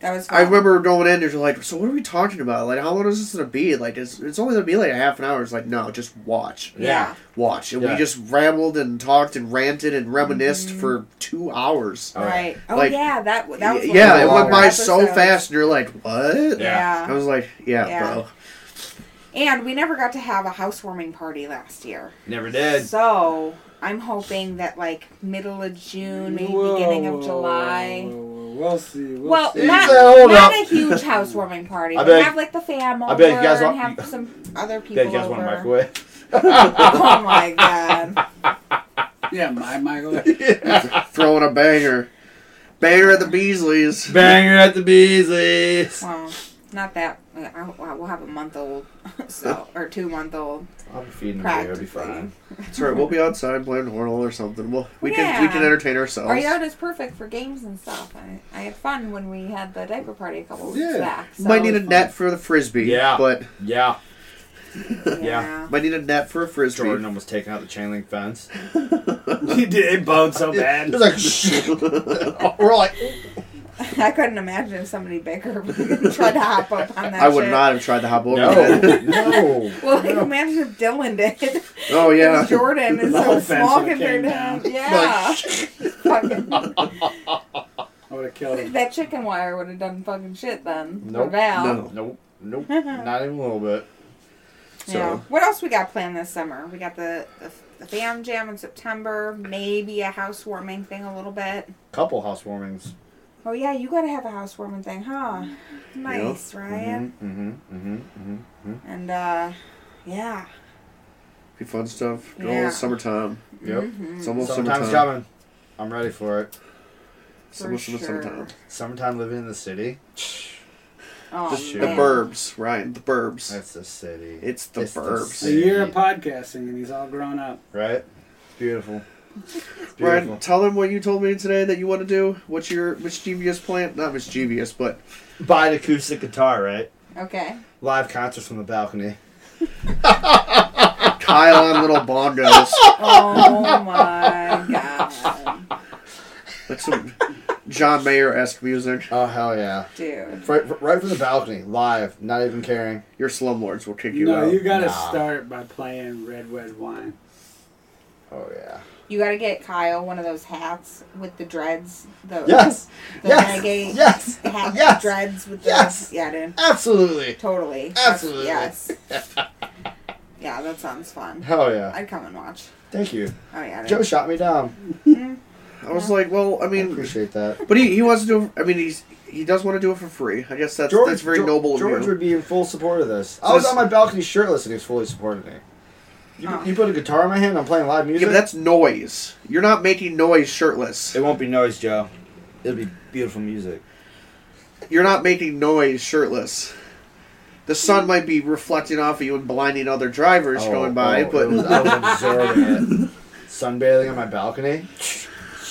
That was. Fun.
I remember going in and you're like, so what are we talking about? Like, how long is this gonna be? Like, it's, it's only gonna be like a half an hour. It's like, no, just watch,
Yeah.
Yeah.
watch, and we
Yeah.
just rambled and talked and ranted and reminisced
Mm-hmm.
for two hours.
Oh, yeah.
Right. Oh
Like-
yeah, that that was.
Y-
one of
yeah,
the
it went
longer
by so
episodes.
fast, and you're like, what?
Yeah.
I
Yeah.
was like, yeah,
Yeah.
bro.
And we never got to have a housewarming party last year.
Never did.
So I'm hoping that like middle of June, maybe
Whoa,
beginning
whoa,
of July.
whoa, whoa, whoa. We'll see. We'll,
Well,
see.
not,
said, "Hold
not
up."
a huge housewarming party.
I
We'll
bet-
have like the fam over
I bet you guys
and
want-
have some other people
Dad, you guys
over.
want a microwave?
oh my god!
yeah, my Michael.
Throwing a banger, banger at the Beasleys.
Banger at the Beasleys.
Well, not that. I, I- we'll have a month old, so or two month old.
I'll be feeding them. It'll be
Practically.
fine.
Sorry, we'll be outside playing Hornel or something. We'll, we can we
Yeah.
can entertain ourselves.
Our yard is perfect for games and stuff. I, I had fun when we had the diaper party a couple weeks
Yeah.
back. So,
might need a net for the frisbee.
Yeah.
but
Yeah.
yeah.
might need a net for a frisbee.
Jordan almost taking out the chain link fence.
he did it bowed so bad.
It was like, we're like,
I couldn't imagine if somebody bigger tried to hop up on that.
I would
shit.
not have tried to hop over
no,
that.
no.
Well, like, imagine if Dylan did.
Oh yeah.
Jordan is
The
so
whole fence
small
would've
compared to
came
him.
down.
Yeah. Fucking-
I would have killed him.
that chicken wire would have done fucking shit then. for
Nope.
Val.
No.
Nope, nope, not even a little bit. So,
Yeah. What else we got planned this summer? We got the, the, the fam jam in September, maybe a housewarming thing a little bit.
couple housewarmings.
Oh, yeah, you got to have a housewarming thing, huh? Nice, Ryan.
Mm-hmm, mm-hmm, mm-hmm.
And, uh, yeah.
Be fun stuff. It's
Yeah. Mm.
almost summertime.
Yep.
It's almost
Summertime's
summertime.
coming. I'm ready for it.
It's almost
For sure.
summertime.
Summertime living in the city.
Oh,
Just the
man.
burbs, right? The burbs.
That's the city.
it's the
It's the
burbs.
A
city.
year of podcasting and he's all grown up.
right? It's beautiful. It's beautiful.
Ryan, tell them what you told me today that you want to do. What's your mischievous plan? Not mischievous, but
Buy an acoustic guitar, right?
Okay.
Live concerts from the balcony.
Kyle on little bongos.
Oh, my God.
That's some John Mayer esque music.
Oh hell yeah!
Dude.
Right, right from the balcony, live, not even caring.
Your slumlords will kick you
No,
out.
you gotta
Nah.
start by playing Red Red Wine.
Oh yeah.
You gotta get Kyle one of those hats with the dreads. The,
Yes.
The
yes.
renegade
Yes.
Hat
Yes.
Dreads with the.
Yes.
Yeah, dude.
Absolutely.
Totally. That's-
Absolutely.
Yes. yeah, that sounds fun.
Hell yeah.
I'd come and watch.
Thank you.
Oh, yeah. dude.
Joe shot me down.
I was like, well, I
I
mean,
appreciate that.
but he, he wants to do. I mean, he's he does want to do it for free. I guess that's that's very
George,
noble
George
of you.
would be in full support of this. I
So
was
this-
on my balcony shirtless and he was fully supporting me. You,
Oh.
you put a guitar in my hand. I'm playing live
Yeah,
music.
but that's noise. You're not making noise shirtless.
It won't be noise, Joe. It'll be beautiful music.
You're not making noise shirtless. The sun
Hmm.
might be reflecting off of you and blinding other drivers
Oh,
going by,
oh,
but
it was- I was absorbing it. Sunbathing on my balcony.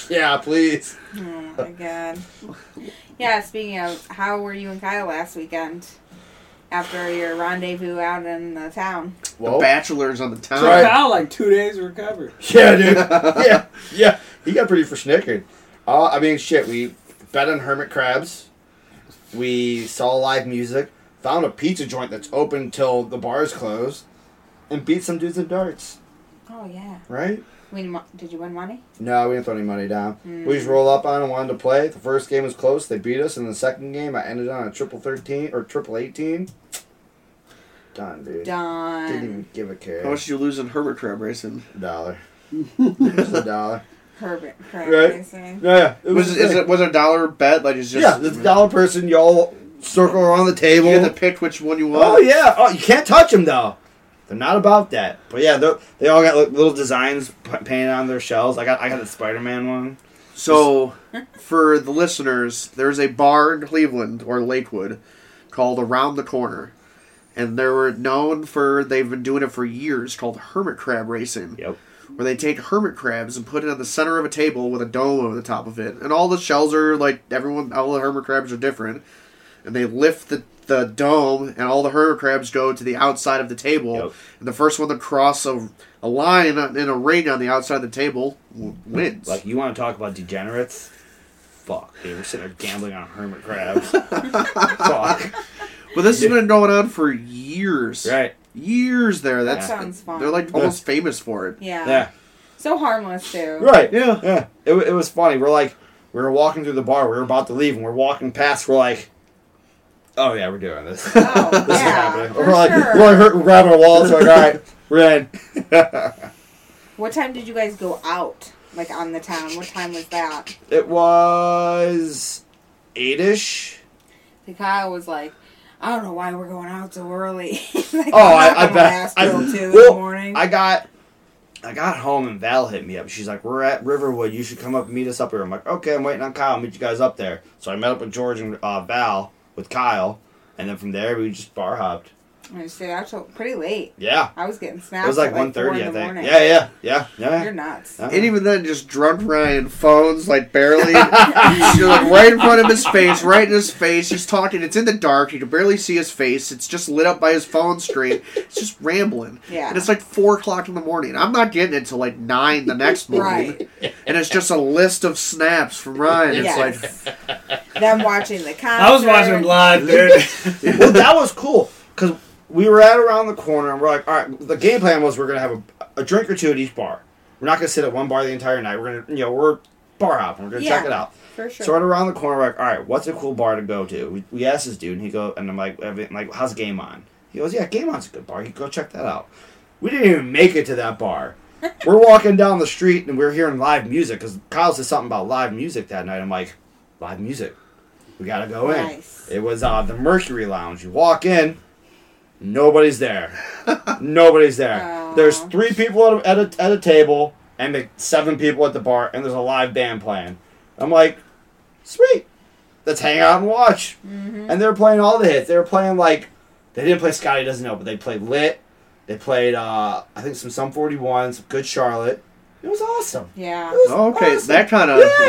Yeah, please.
Oh my god. Yeah, speaking of, how were you and Kyle last weekend after your rendezvous out in the town?
the bachelor's on the town.
Right.
Kyle, like two days to recover.
Yeah, dude. yeah, yeah. He got pretty forsnickered. Uh, I mean, shit. We bet on hermit crabs. We saw live music. Found a pizza joint that's open till the bars close, and beat some dudes in darts.
Oh yeah.
Right?
We didn't wa- did you win money?
No, we didn't throw any money down. We just roll up on and wanted to play. The first game was close. They beat us. In the second game, I ended on a triple thirteen or triple eighteen. Done, dude. Didn't
Done.
even give a care.
How much did you lose in Herbert Crab Racing?
dollar. Just a dollar.
Herbert, correct.
Right.
Jason?
Yeah, it
Was is it was it a dollar bet? Like it's just
yeah, it's a dollar person. Y'all circle around the table.
you had to pick which one you want.
oh yeah. Oh, you can't touch them though.
They're not about that. But yeah, they're- they all got like, little designs p- painted on their shells. I got I got the Spider Man one.
So, for the listeners, there's a bar in Cleveland or Lakewood called Around the Corner, and they were known for they've been doing it for years called hermit crab racing.
Yep.
Where they take hermit crabs and put it on the center of a table with a dome over the top of it, and all the shells are like everyone, all the hermit crabs are different, and they lift the the dome, and all the hermit crabs go to the outside of the table,
Yep.
and the first one to cross a, a line in a ring on the outside of the table w- wins.
Like you want to talk about degenerates? Fuck, dude. We're sitting there gambling on hermit crabs. Fuck.
But this has been going on for years.
Right.
Years there.
That
That's
sounds fun.
they're like almost famous for it.
yeah.
Yeah.
So harmless too.
Right.
Yeah.
Yeah.
It, wa- it was funny. We're like, we were walking through the bar. We were about to leave, and we're walking past. We're like, oh yeah, we're doing this.
Oh
This is
yeah.
happening.
For
we're like
sure.
we're like hurt, we're grabbing our wallets. Like all right, we're in.
What time did you guys go out? Like on the town? What time was that?
It was eight ish.
The Kyle was like, I don't know why we're going out so early. like,
Oh, I- I bet-
I,
I-
two in the
well,
morning.
I got I got home and Val hit me up. She's like, "We're at Riverwood. You should come up and meet us up here." I'm like, "Okay, I'm waiting on Kyle. I'll meet you guys up there." So I met up with George and uh, Val with Kyle, and then from there we just bar hopped.
I stayed out till pretty late.
Yeah,
I was getting snapped.
it was like
at, like
one thirty,
four
I
in the
think.
morning.
Yeah, yeah, yeah, yeah.
You're nuts.
Yeah.
And even then, just drunk Ryan phones like barely, you're like right in front of his face, right in his face. He's talking. It's in the dark. You can barely see his face. It's just lit up by his phone screen. It's just rambling.
Yeah.
And it's like four o'clock in the morning. I'm not getting it till like nine the next morning.
Right.
And it's just a list of snaps from Ryan. It's like
Yes. Them watching the concert.
I was watching him live, dude.
well, that was cool because we were at around the corner and we're like, all right. The game plan was we're gonna have a, a drink or two at each bar. We're not gonna sit at one bar the entire night. We're gonna, you know, we're bar hopping. We're gonna check
Yeah.
it out.
For
So
sure.
right around the corner, we're like, all right, what's a cool bar to go to? We, we asked this dude, and he go, and I'm like, everything, like, how's Game On? He goes, yeah, Game On's a good bar. You go check that out. We didn't even make it to that bar. we're walking down the street, and we're hearing live music because Kyle said something about live music that night. I'm like, live music. We gotta go in.
Nice.
It was uh, the Mercury Lounge. You walk in, nobody's there. nobody's there.
Aw.
There's three people at a, at a, at a table and like seven people at the bar, and there's a live band playing. I'm like, sweet. Let's hang out and watch. And they were playing all the hits. They were playing like they didn't play Scotty Doesn't Know, but they played Lit. They played uh I think some Sum 41, some Good Charlotte. It was awesome.
Yeah.
It was
okay,
awesome.
that kind of
yeah,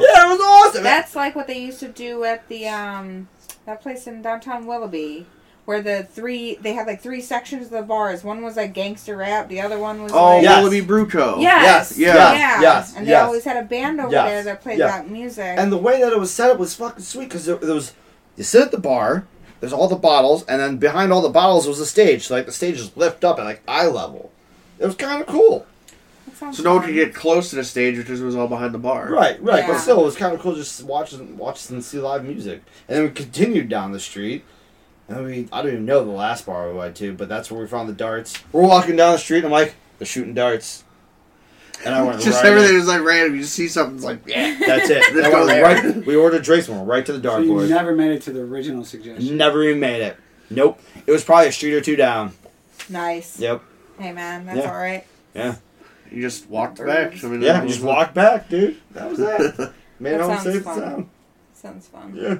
yeah, it was awesome.
That's like what they used to do at the um that place in downtown Willoughby. Where the three they had like three sections of the bars. One was like gangster rap, the other one was
Oh,
like
Yes.
Willoughby Bruco.
Yes,
Yes,
yeah,
yes, yes,
And they
yes.
always had a band over
Yes,
there that played
yes.
that music.
And the way that it was set up was fucking sweet because there, there was you sit at the bar, there's all the bottles, and then behind all the bottles was a stage. So, like the stage is lift up at like eye level. It was kind of cool.
That sounds
So no one could
fun.
get close to the stage because it was all behind the bar.
Right, right. But
Yeah.
still, it was kind of cool just watching, watch and see live music. And then we continued down the street. And then we, I don't even know the last bar we went to, but that's where we found the darts. We're walking down the street, and I'm like, they're shooting darts. And I went
Just
right
everything
in.
was like random. You just see something, it's like yeah.
That's it.
Let's
I
go
went
there.
right, we ordered drinks, and went right to the
So
dart
you
board.
never made it to the original suggestion.
Never even made it. Nope. It was probably a street or two down.
nice.
Yep.
Hey man, that's
Yeah.
all right.
Yeah.
You just walked back. I mean,
Yeah.
that
Just
was-
walk back, dude. That was that. Made
That
it home
sounds
safe
fun.
and sound.
Sounds fun.
Yeah.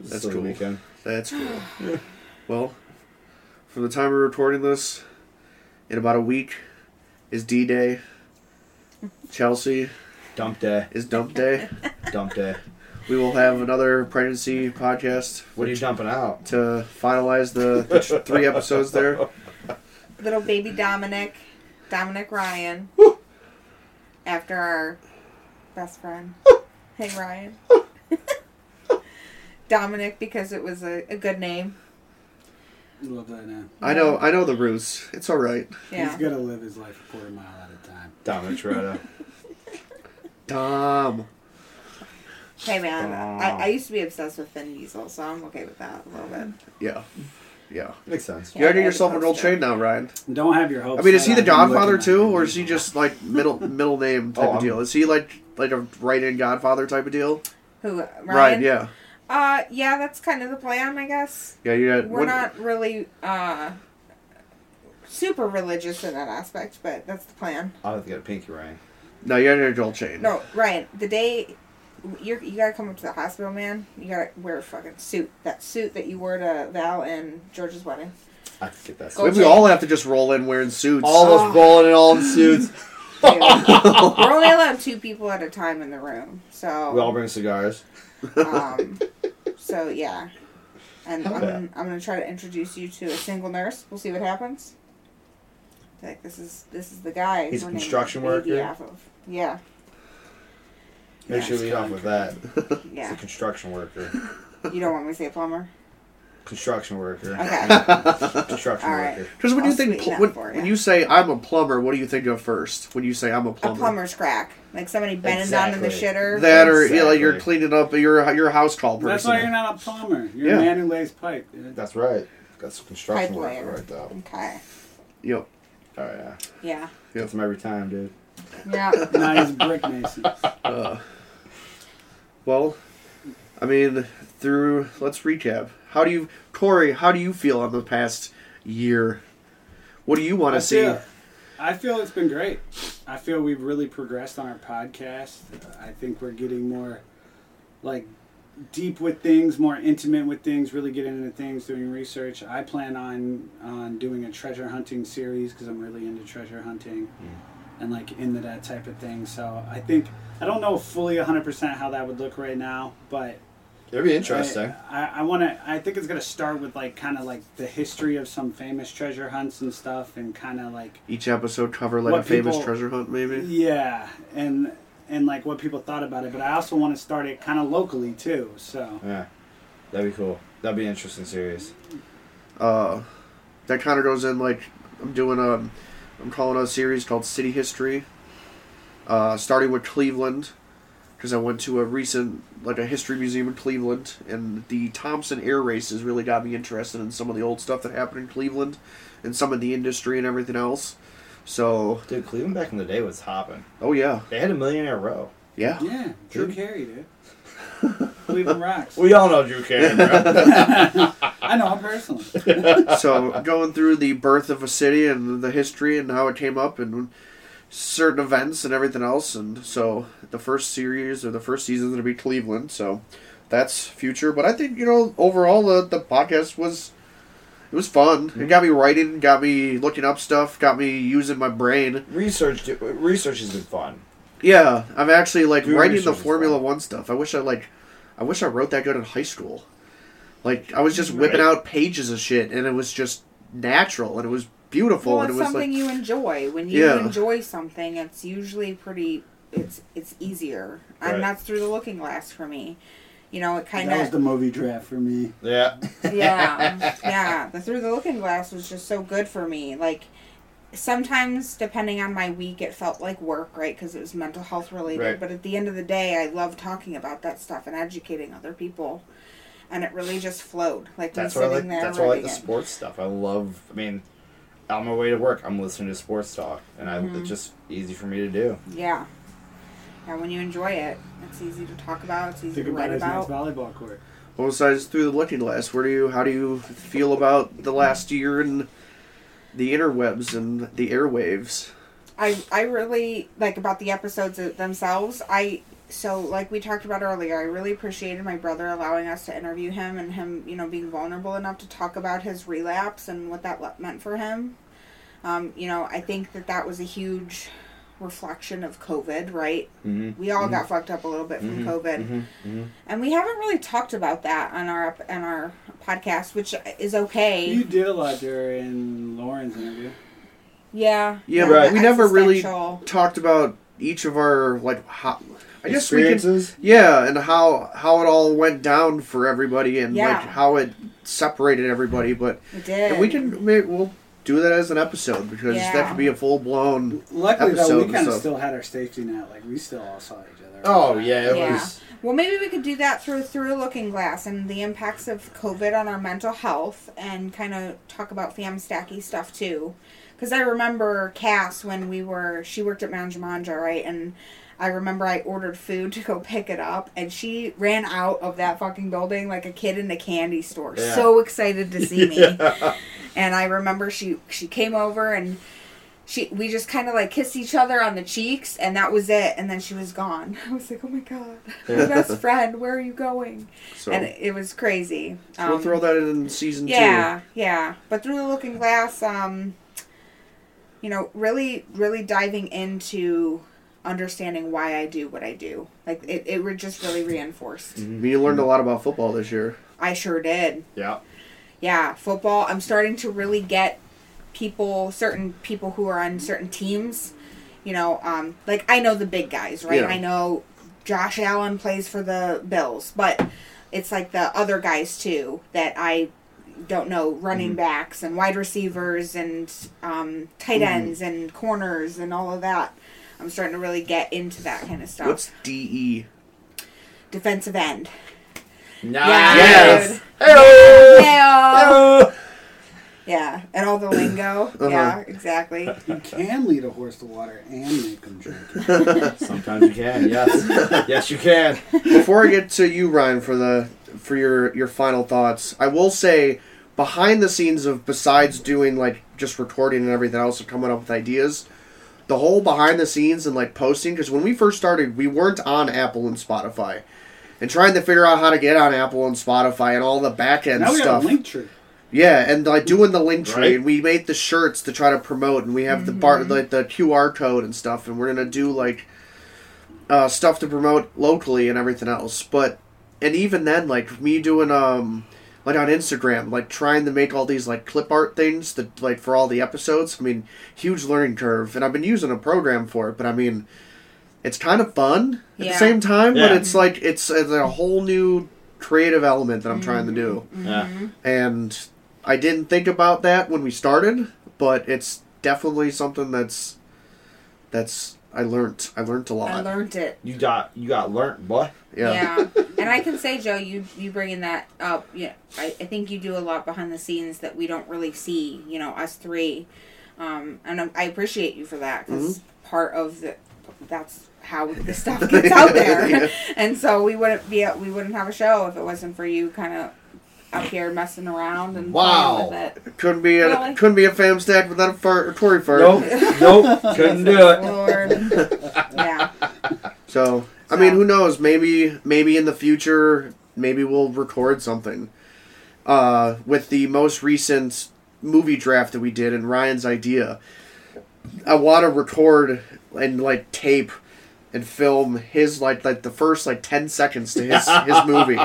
That's
Silly
cool.
Weekend.
That's cool. Well, from the time we're recording this, in about a week is D Day. Chelsea
Dump day.
is Dump Day.
Dump day.
we will have another pregnancy podcast
What are you dumping out?
to finalize the, the tr- three episodes there.
Little baby Dominic, Dominic Ryan. After our best friend. hey Ryan. Dominic because it was a, a good name.
You love that now.
I know, I know the roots. It's all right.
Yeah.
He's gonna live his life a quarter mile at a time.
Dominic Toretto.
Dom.
Hey man, I, I used to be obsessed with Vin Diesel, so I'm okay with that a little bit.
Yeah, yeah.
Makes sense.
You already
Yeah,
got yourself an
that's
old
true.
chain now, Ryan.
Don't have your hopes.
I mean, is he
set
the
on him
Godfather
looking
too,
like
or
him.
is he just like middle middle name
Oh,
type
I'm-
of deal? Is he like like a write-in Godfather type of deal?
Who Ryan?
Right. Yeah.
Uh yeah, that's kind of the plan, I guess.
Yeah. You got.
We're
what-
not really uh super religious in that aspect, but that's the plan.
I'll have to get a pinky ring.
No, you got your old chain.
No, Ryan, the day you you gotta come up to the hospital, man. You gotta wear a fucking suit. That suit that you wore to Val and George's wedding.
I have to get that.
Go-
Maybe we all have to just roll in wearing suits.
All
Oh, Ah.
of us bowling and all in suits.
Dude, We're only allowed two people at a time in the room, so
We all bring cigars.
Um, so yeah, and
Hell
I'm
yeah.
gonna, I'm gonna try to introduce you to a single nurse. We'll see what happens. Like this is this is the guy.
He's a
we're naming
construction
the baby
worker?
Off of. Yeah,
Make
Yeah.
sure we eat off with that. It's a
yeah.
construction worker.
You don't want me to say plumber.
Construction worker.
Okay.
Construction
All right.
worker.
Because when you
I'll
think
sweeten
pl-
that
when,
for
when
ya.
you say I'm a plumber, what do you think of first? When you say I'm a
A
plumber,
plumber's crack, like somebody bending down in the
Exactly.
shitter.
that or you know,
Exactly.
you're cleaning up your your house call person.
That's why you're not a plumber. You're
Yeah.
a man who lays pipe. dude.
That's right. That's a construction
Pipe
worker
layer.
right there. Oh
okay.
Yep.
yeah.
Yeah.
Gets him every time, dude.
Yeah.
Now he's a brick mason.
Well, I mean, through let's recap. How do you, Corey? How do you feel on the past year? What do you want to
I
see?
feel- I feel it's been great. I feel we've really progressed on our podcast. I think we're getting more like deep with things, more intimate with things, really getting into things, doing research. I plan on on doing a treasure hunting series because I'm really into treasure hunting and like into that type of thing. So I think I don't know fully 100% how that would look right now, but
It'd be interesting.
I, I, I want to. I think it's gonna start with like kind of like the history of some famous treasure hunts and stuff, and kind of like
Each episode cover like
What
a famous
people-
treasure hunt, maybe.
yeah, and and like what people thought about it. But I also want to start it kind of locally too. So
Yeah. That'd be cool. That'd be an interesting series.
Uh, that kind of goes in like I'm doing um, I'm calling a series called City History. Uh, starting with Cleveland, because I went to a recent like a history museum in Cleveland, and the Thompson Air Races really got me interested in some of the old stuff that happened in Cleveland, and some of the industry and everything else. So,
Dude, Cleveland back in the day was hopping.
oh yeah,
They had a millionaire row.
yeah.
yeah, Drew Carey, dude. Cleveland Rocks.
We all know Drew Carey, bro.
I know him personally.
so going through the birth of a city and the history and how it came up and certain events and everything else and so the first series or the first season is going to be cleveland so that's future but i think you know overall the, the podcast was it was fun it got me writing got me looking up stuff got me using my brain
research, research has been fun.
yeah i'm actually like
Doing
writing the
research is
formula
fun.
one stuff i wish i like i wish i wrote that good in high school like i was just whipping out pages of shit and it was just natural and it was beautiful
Well,
and it
it's
was like
something you enjoy. When you
Yeah.
enjoy something, it's usually pretty. It's it's easier,
Right.
and that's through the looking glass for me. You know, it kind
That was
of
the movie draft for me.
Yeah.
yeah, yeah. The Through the Looking Glass was just so good for me. Like, sometimes depending on my week it felt like work right because it was mental health related
Right.
but at the end of the day i love talking about that stuff and educating other people and it really just flowed like
That's
me
why I
sitting
like.
there
That's why I like the
writing it.
sports stuff. I love. I mean, on my way to work, I'm listening to sports talk, and I,
Mm-hmm.
it's just easy for me to do.
yeah yeah when you enjoy it it's easy to talk about it's easy
Think
to
about
write
his
about
next volleyball court.
Well, besides through the looking glass, where do you? How do you feel about the last year and the interwebs and the airwaves?
I I really like about the episodes it- themselves. I so like we talked about earlier. I really appreciated my brother allowing us to interview him and him, you know, being vulnerable enough to talk about his relapse and what that le- meant for him. Um, you know, I think that that was a huge reflection of COVID, right?
Mm-hmm.
We all got fucked up a little bit
Mm-hmm.
from COVID, and we haven't really talked about that on our ep- on our podcast, which is okay.
You did a lot during Lauren's interview.
yeah,
Yeah,
but Right.
we never really
existential.
talked about each of our like. How, I guess we can.
Experiences.
Yeah, and how how it all went down for everybody, and
Yeah.
like how it separated everybody. But
We did.
and we can maybe we'll do that as an episode because that
Yeah.
could be a full blown.
Luckily, though,
Episode
we
and
kind of
stuff.
still had our safety net. Like, we still all saw each other.
Oh yeah, it
Yeah.
was.
Well, maybe we could do that through through a looking glass and the impacts of COVID on our mental health, and kind of talk about fam stacky stuff too. Because I remember Cass when we were she worked at Mount Jumanji, right? And I remember I ordered food to go pick it up, and she ran out of that fucking building like a kid in a candy store,
Yeah.
so excited to see me
Yeah.
and I remember she she came over and she we just kind of like kissed each other on the cheeks and that was it and then she was gone. I was like, oh my god, my best friend, where are you going?
So
And it, it was crazy. Um,
we'll throw that in season two.
yeah, yeah. But through the looking glass, um, you know, really, really diving into understanding why I do what I do. Like it, it were just really reinforced.
We learned a lot about football this year.
I sure did.
Yeah.
yeah, football. I'm starting to really get people, certain people who are on certain teams. You know, um, like I know the big guys, right?
Yeah.
I know Josh Allen plays for the Bills, but it's like the other guys too that I don't know
Mm-hmm.
running backs and wide receivers and um, tight
Mm-hmm.
ends and corners and all of that. I'm starting to really get into that kind of stuff.
What's E? DE?
Defensive end.
Nice.
Yes.
Hey-oh.
Yeah.
Hey-oh.
yeah, and all the lingo.
Uh-huh.
Yeah, exactly.
You can lead a horse to water and make them drink. it.
Sometimes you can. Yes. yes, you can.
Before I get to you, Ryan, for the for your your final thoughts, I will say behind the scenes of besides doing like just recording and everything else and coming up with ideas, the whole behind the scenes and like posting because when we first started, we weren't on Apple and Spotify. And trying to figure out how to get on Apple and Spotify and all the back end
Now we got
stuff.
a link tree.
Yeah, and like doing the link tree,
Right.
and we made the shirts to try to promote, and we have the bar, like the QR code and stuff, and we're gonna do like uh, stuff to promote locally and everything else. But and even then, like me doing um like on Instagram, like trying to make all these like clip art things that like for all the episodes. I mean, huge learning curve, and I've been using a program for it, but I mean, it's kind of fun at
Yeah.
the same time,
Yeah.
but it's like it's, it's a whole new creative element that I'm trying to do
Mm-hmm.
Yeah.
and I didn't think about that when we started, but it's definitely something that's that's I learnt. I learnt a
I
lot.
learned it.
You got you got learnt, boy.
yeah.
Yeah. and I can say, Joe, you you bringing that up. Yeah, I, I think you do a lot behind the scenes that we don't really see. You know, us three, um, and I, I appreciate you for that because
Mm-hmm.
part of the that's how the stuff gets out there.
Yeah.
And so we wouldn't be we wouldn't have a show if it wasn't for you kind of up here messing around and
Wow.
playing with it.
Couldn't be a
Really?
couldn't be a fam stack without a fur, a Tory fur.
Nope. Nope. Couldn't do it.
Lord, yeah,
So I
So-
mean, who knows? Maybe maybe in the future, maybe we'll record something. Uh, with the most recent movie draft that we did and Ryan's idea, I want to record and like tape and film his like like the first like ten seconds to his his movie.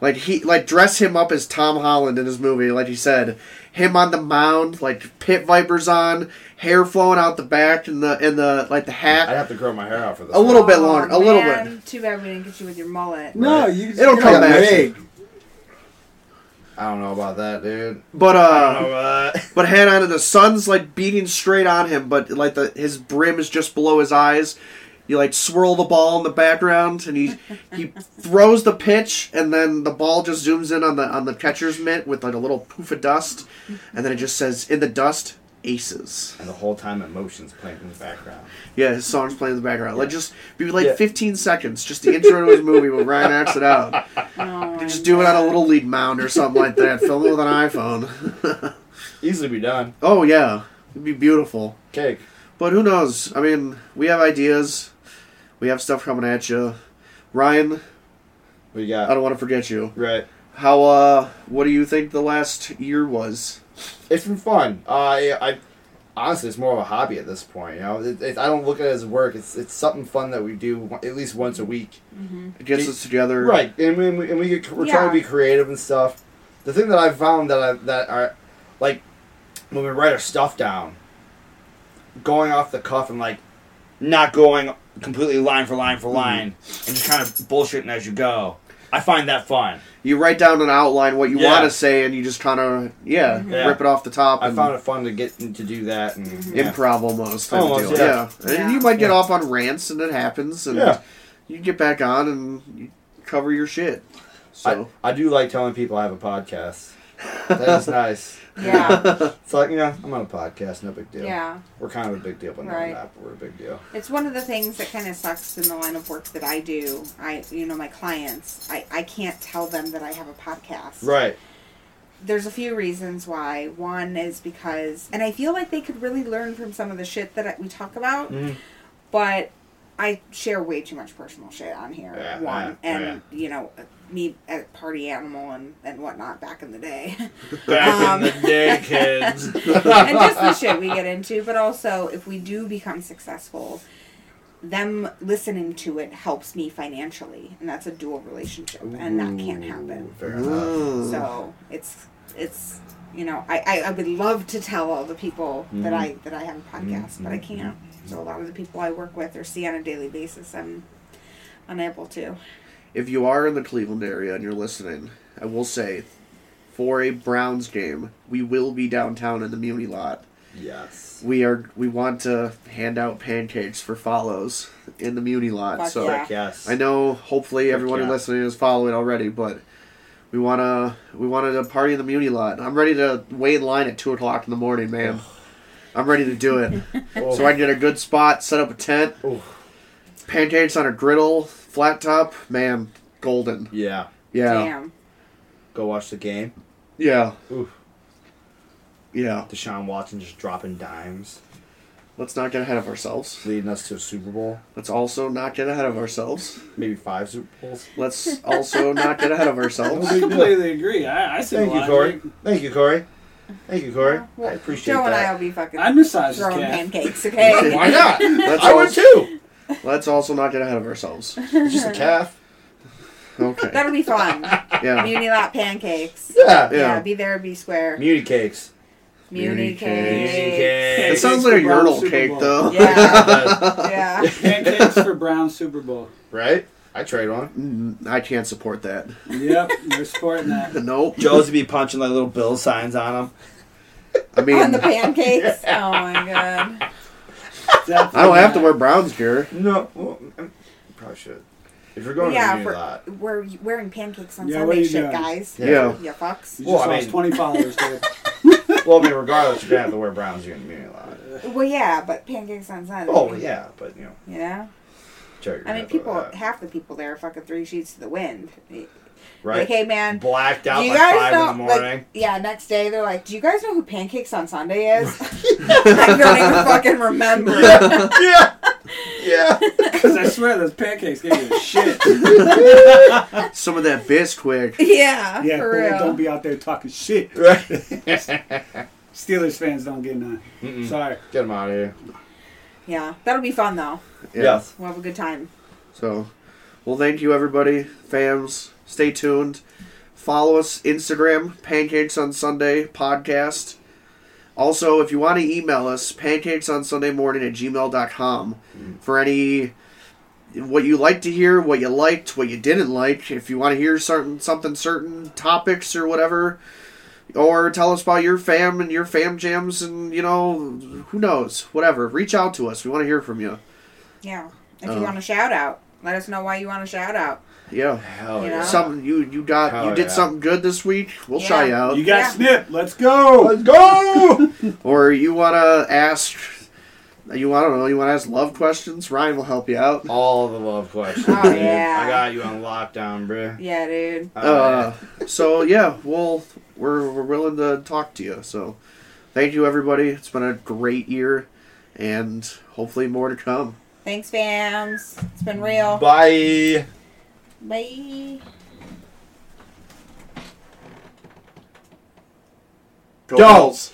Like he like dress him up as Tom Holland in his movie, like he said. Him on the mound, like pit vipers on, hair flowing out the back and the and the like the hat.
I'd have to grow my hair out for this.
A little bit
Oh,
longer, a little
man,
bit.
Too bad we didn't get you with your mullet.
No, you
It'll
you
come
got a
back.
wig.
I don't know about that, dude.
But
I don't know
uh,
about that.
but hang on, and the sun's like beating straight on him, but like the his brim is just below his eyes. You like swirl the ball in the background, and he he throws the pitch, and then the ball just zooms in on the on the catcher's mitt with like a little poof of dust, and then it just says in the dust aces.
And the whole time, emotions playing in the background.
Yeah, his song's playing in the background. Like just be like
Yeah.
15 seconds, just the intro to his movie when Ryan acts it out.
Oh,
Just do it on a little lead mound or something like that. Film it with an iPhone.
Easily be done.
oh yeah, it'd be beautiful.
Cake.
But who knows? I mean, we have ideas. We have stuff coming at you. Ryan,
What you
I
got?
don't want to forget you.
Right.
How uh what do you think the last year was?
It's been fun. Uh, I, I honestly, it's more of a hobby at this point. You know, it, it, I don't look at it as work. It's it's something fun that we do one- at least once a week.
It gets us together.
Right, and we, and we, and we get, we're trying to be
Yeah.
creative and stuff. The thing that I've found that I that are like when we write our stuff down, going off the cuff and like not going completely line for line
Mm-hmm.
for line and just kind of bullshitting as you go. I find that fun.
You write down an outline what you
Yeah.
want to say and you just kind of yeah,
Yeah.
rip it off the top
I
and
found it fun to get to do that and
Mm-hmm.
yeah.
Um, improv almost. Type
Almost,
of deal.
yeah.
Yeah.
Yeah.
And you might get
Yeah.
off on rants and it happens and
Yeah.
you get back on and you cover your shit.
I,
So
I do like telling people I have a podcast. That is nice.
yeah,
It's like, you know, I'm on a podcast, no big deal.
yeah.
We're kind of a big deal, but
Right.
not, not but we're a big deal.
It's one of the things that kind of sucks in the line of work that I do. I, you know, my clients, I, I can't tell them that I have a podcast.
Right.
There's a few reasons why. One is because, and I feel like they could really learn from some of the shit that I- we talk about,
Mhm.
but I share way too much personal shit on here.
Yeah,
one,
yeah,
and, you know, me at Party Animal and, and whatnot back in the day.
Back in
Um,
the day, kids.
and just the shit we get into, but also if we do become successful, them listening to it helps me financially, and that's a dual relationship, and that can't happen.
Fair enough.
Mm.
So it's it's you know I, I, I would love to tell all the people that I
Mm-hmm.
that I have a podcast, but I can't. So a lot of the people I work with or see on a daily basis, I'm unable to.
if you are in the Cleveland area and you're listening, I will say for a Browns game, we will be downtown in the Muni lot.
Yes.
We are we want to hand out pancakes for follows in the Muni lot.
Fuck
so
yeah.
Yes.
I know hopefully everyone
yeah.
listening is following already, but we wanna we wanted to party in the Muni lot. I'm ready to wait in line at two o'clock in the morning, man. I'm ready to do it.
Oh.
so I can get a good spot, set up a tent,
Oh.
pancakes on a griddle, flat top, man, golden.
Yeah.
Yeah.
Damn.
Go watch the game.
Yeah.
Oof.
Yeah.
Deshaun Watson just dropping dimes,
Let's not get ahead of ourselves.
leading us to a Super Bowl.
Let's also not get ahead of ourselves.
Maybe five Super Bowls.
Let's also not get ahead of ourselves.
I completely agree. I, I see
Thank
a
you,
lot
Corey.
Of it.
Thank you, Corey. Thank you, Corey. I appreciate
Joe and I
that.
will be fucking
I massage his
throwing
cat.
pancakes. Okay.
Why not?
Let's
I would
also-
too.
Let's also not get ahead of ourselves.
It's just a calf.
Okay.
That'll be fun.
Yeah.
Muni lot pancakes.
Yeah.
Yeah.
Yeah.
be there, be square.
Muni cakes.
Muni
cakes.
cakes.
It sounds like a
Super Bowl,
urinal
Super
cake,
Bowl.
though.
Yeah,
Does.
yeah.
Pancakes for Brown Super Bowl.
right? I trade one.
Mm, I can't support that.
Yep, we're sporting that.
Nope.
Joe's would be punching like little bill signs on them.
I
On
mean,
the pancakes. Oh my god.
I don't have to wear Browns gear.
No, well, I'm- probably should. If you're going
Yeah,
to the
for-
new lot,
We're wearing pancakes on
Yeah, what
Sunday
are you
shit,
doing?
guys.
Yeah.
You fucks.
You just
Well, I
lost
mean-
20 followers, dude.
well, I mean, regardless, you're gonna have to wear browns. You're gonna be in a lot.
Well, yeah, but pancakes on Sunday.
Oh yeah, but you know,
You know?
check your
I mean,
head
people,
uh,
about that.
half the people there are fucking three sheets to the wind.
right?
Like, hey, man.
Blacked out
do you
by
guys
five in the
know, like,
morning.
yeah, next day they're like, do you guys know who Pancakes on Sunday is? I don't even fucking remember.
yeah, yeah.
Because I swear those pancakes gave me shit.
Some of that Bisquick.
yeah,
Yeah,
for
boy,
real.
don't be out there talking shit.
Right.
Steelers fans don't get none.
Mm.
Mm-mm.
Sorry.
Get them out of here.
yeah, that'll be fun, though.
Yeah.
Yes.
We'll have a good time.
So, well, thank you, everybody. Fams, stay tuned. Follow us Instagram, Pancakes on Sunday podcast. Also, if you want to email us, pancakes on Sunday morning at gmail.com for any what you like to hear, what you liked, what you didn't like. If you want to hear certain something, certain topics or whatever, or tell us about your fam and your fam jams, and you know, who knows, whatever. Reach out to us. We want to hear from you.
Yeah. If you want a shout out, let us know why you want a shout out.
Yeah,
Hell
You
yeah.
know?
something you you got you
Oh,
did
yeah.
something good this week. We'll shout you
Yeah.
out.
You got
Yeah.
snipped. Let's go.
Let's go!
or you want to ask you I don't know you want to ask love questions Ryan will help you out
All the love questions.
Oh,
dude.
yeah.
I got you on lockdown, bro.
Yeah, dude.
uh, so yeah we'll we're, we're willing to talk to you so thank you everybody it's been a great year and hopefully more to come
Thanks, fams. It's been real.
Bye.
Bye.
Goals.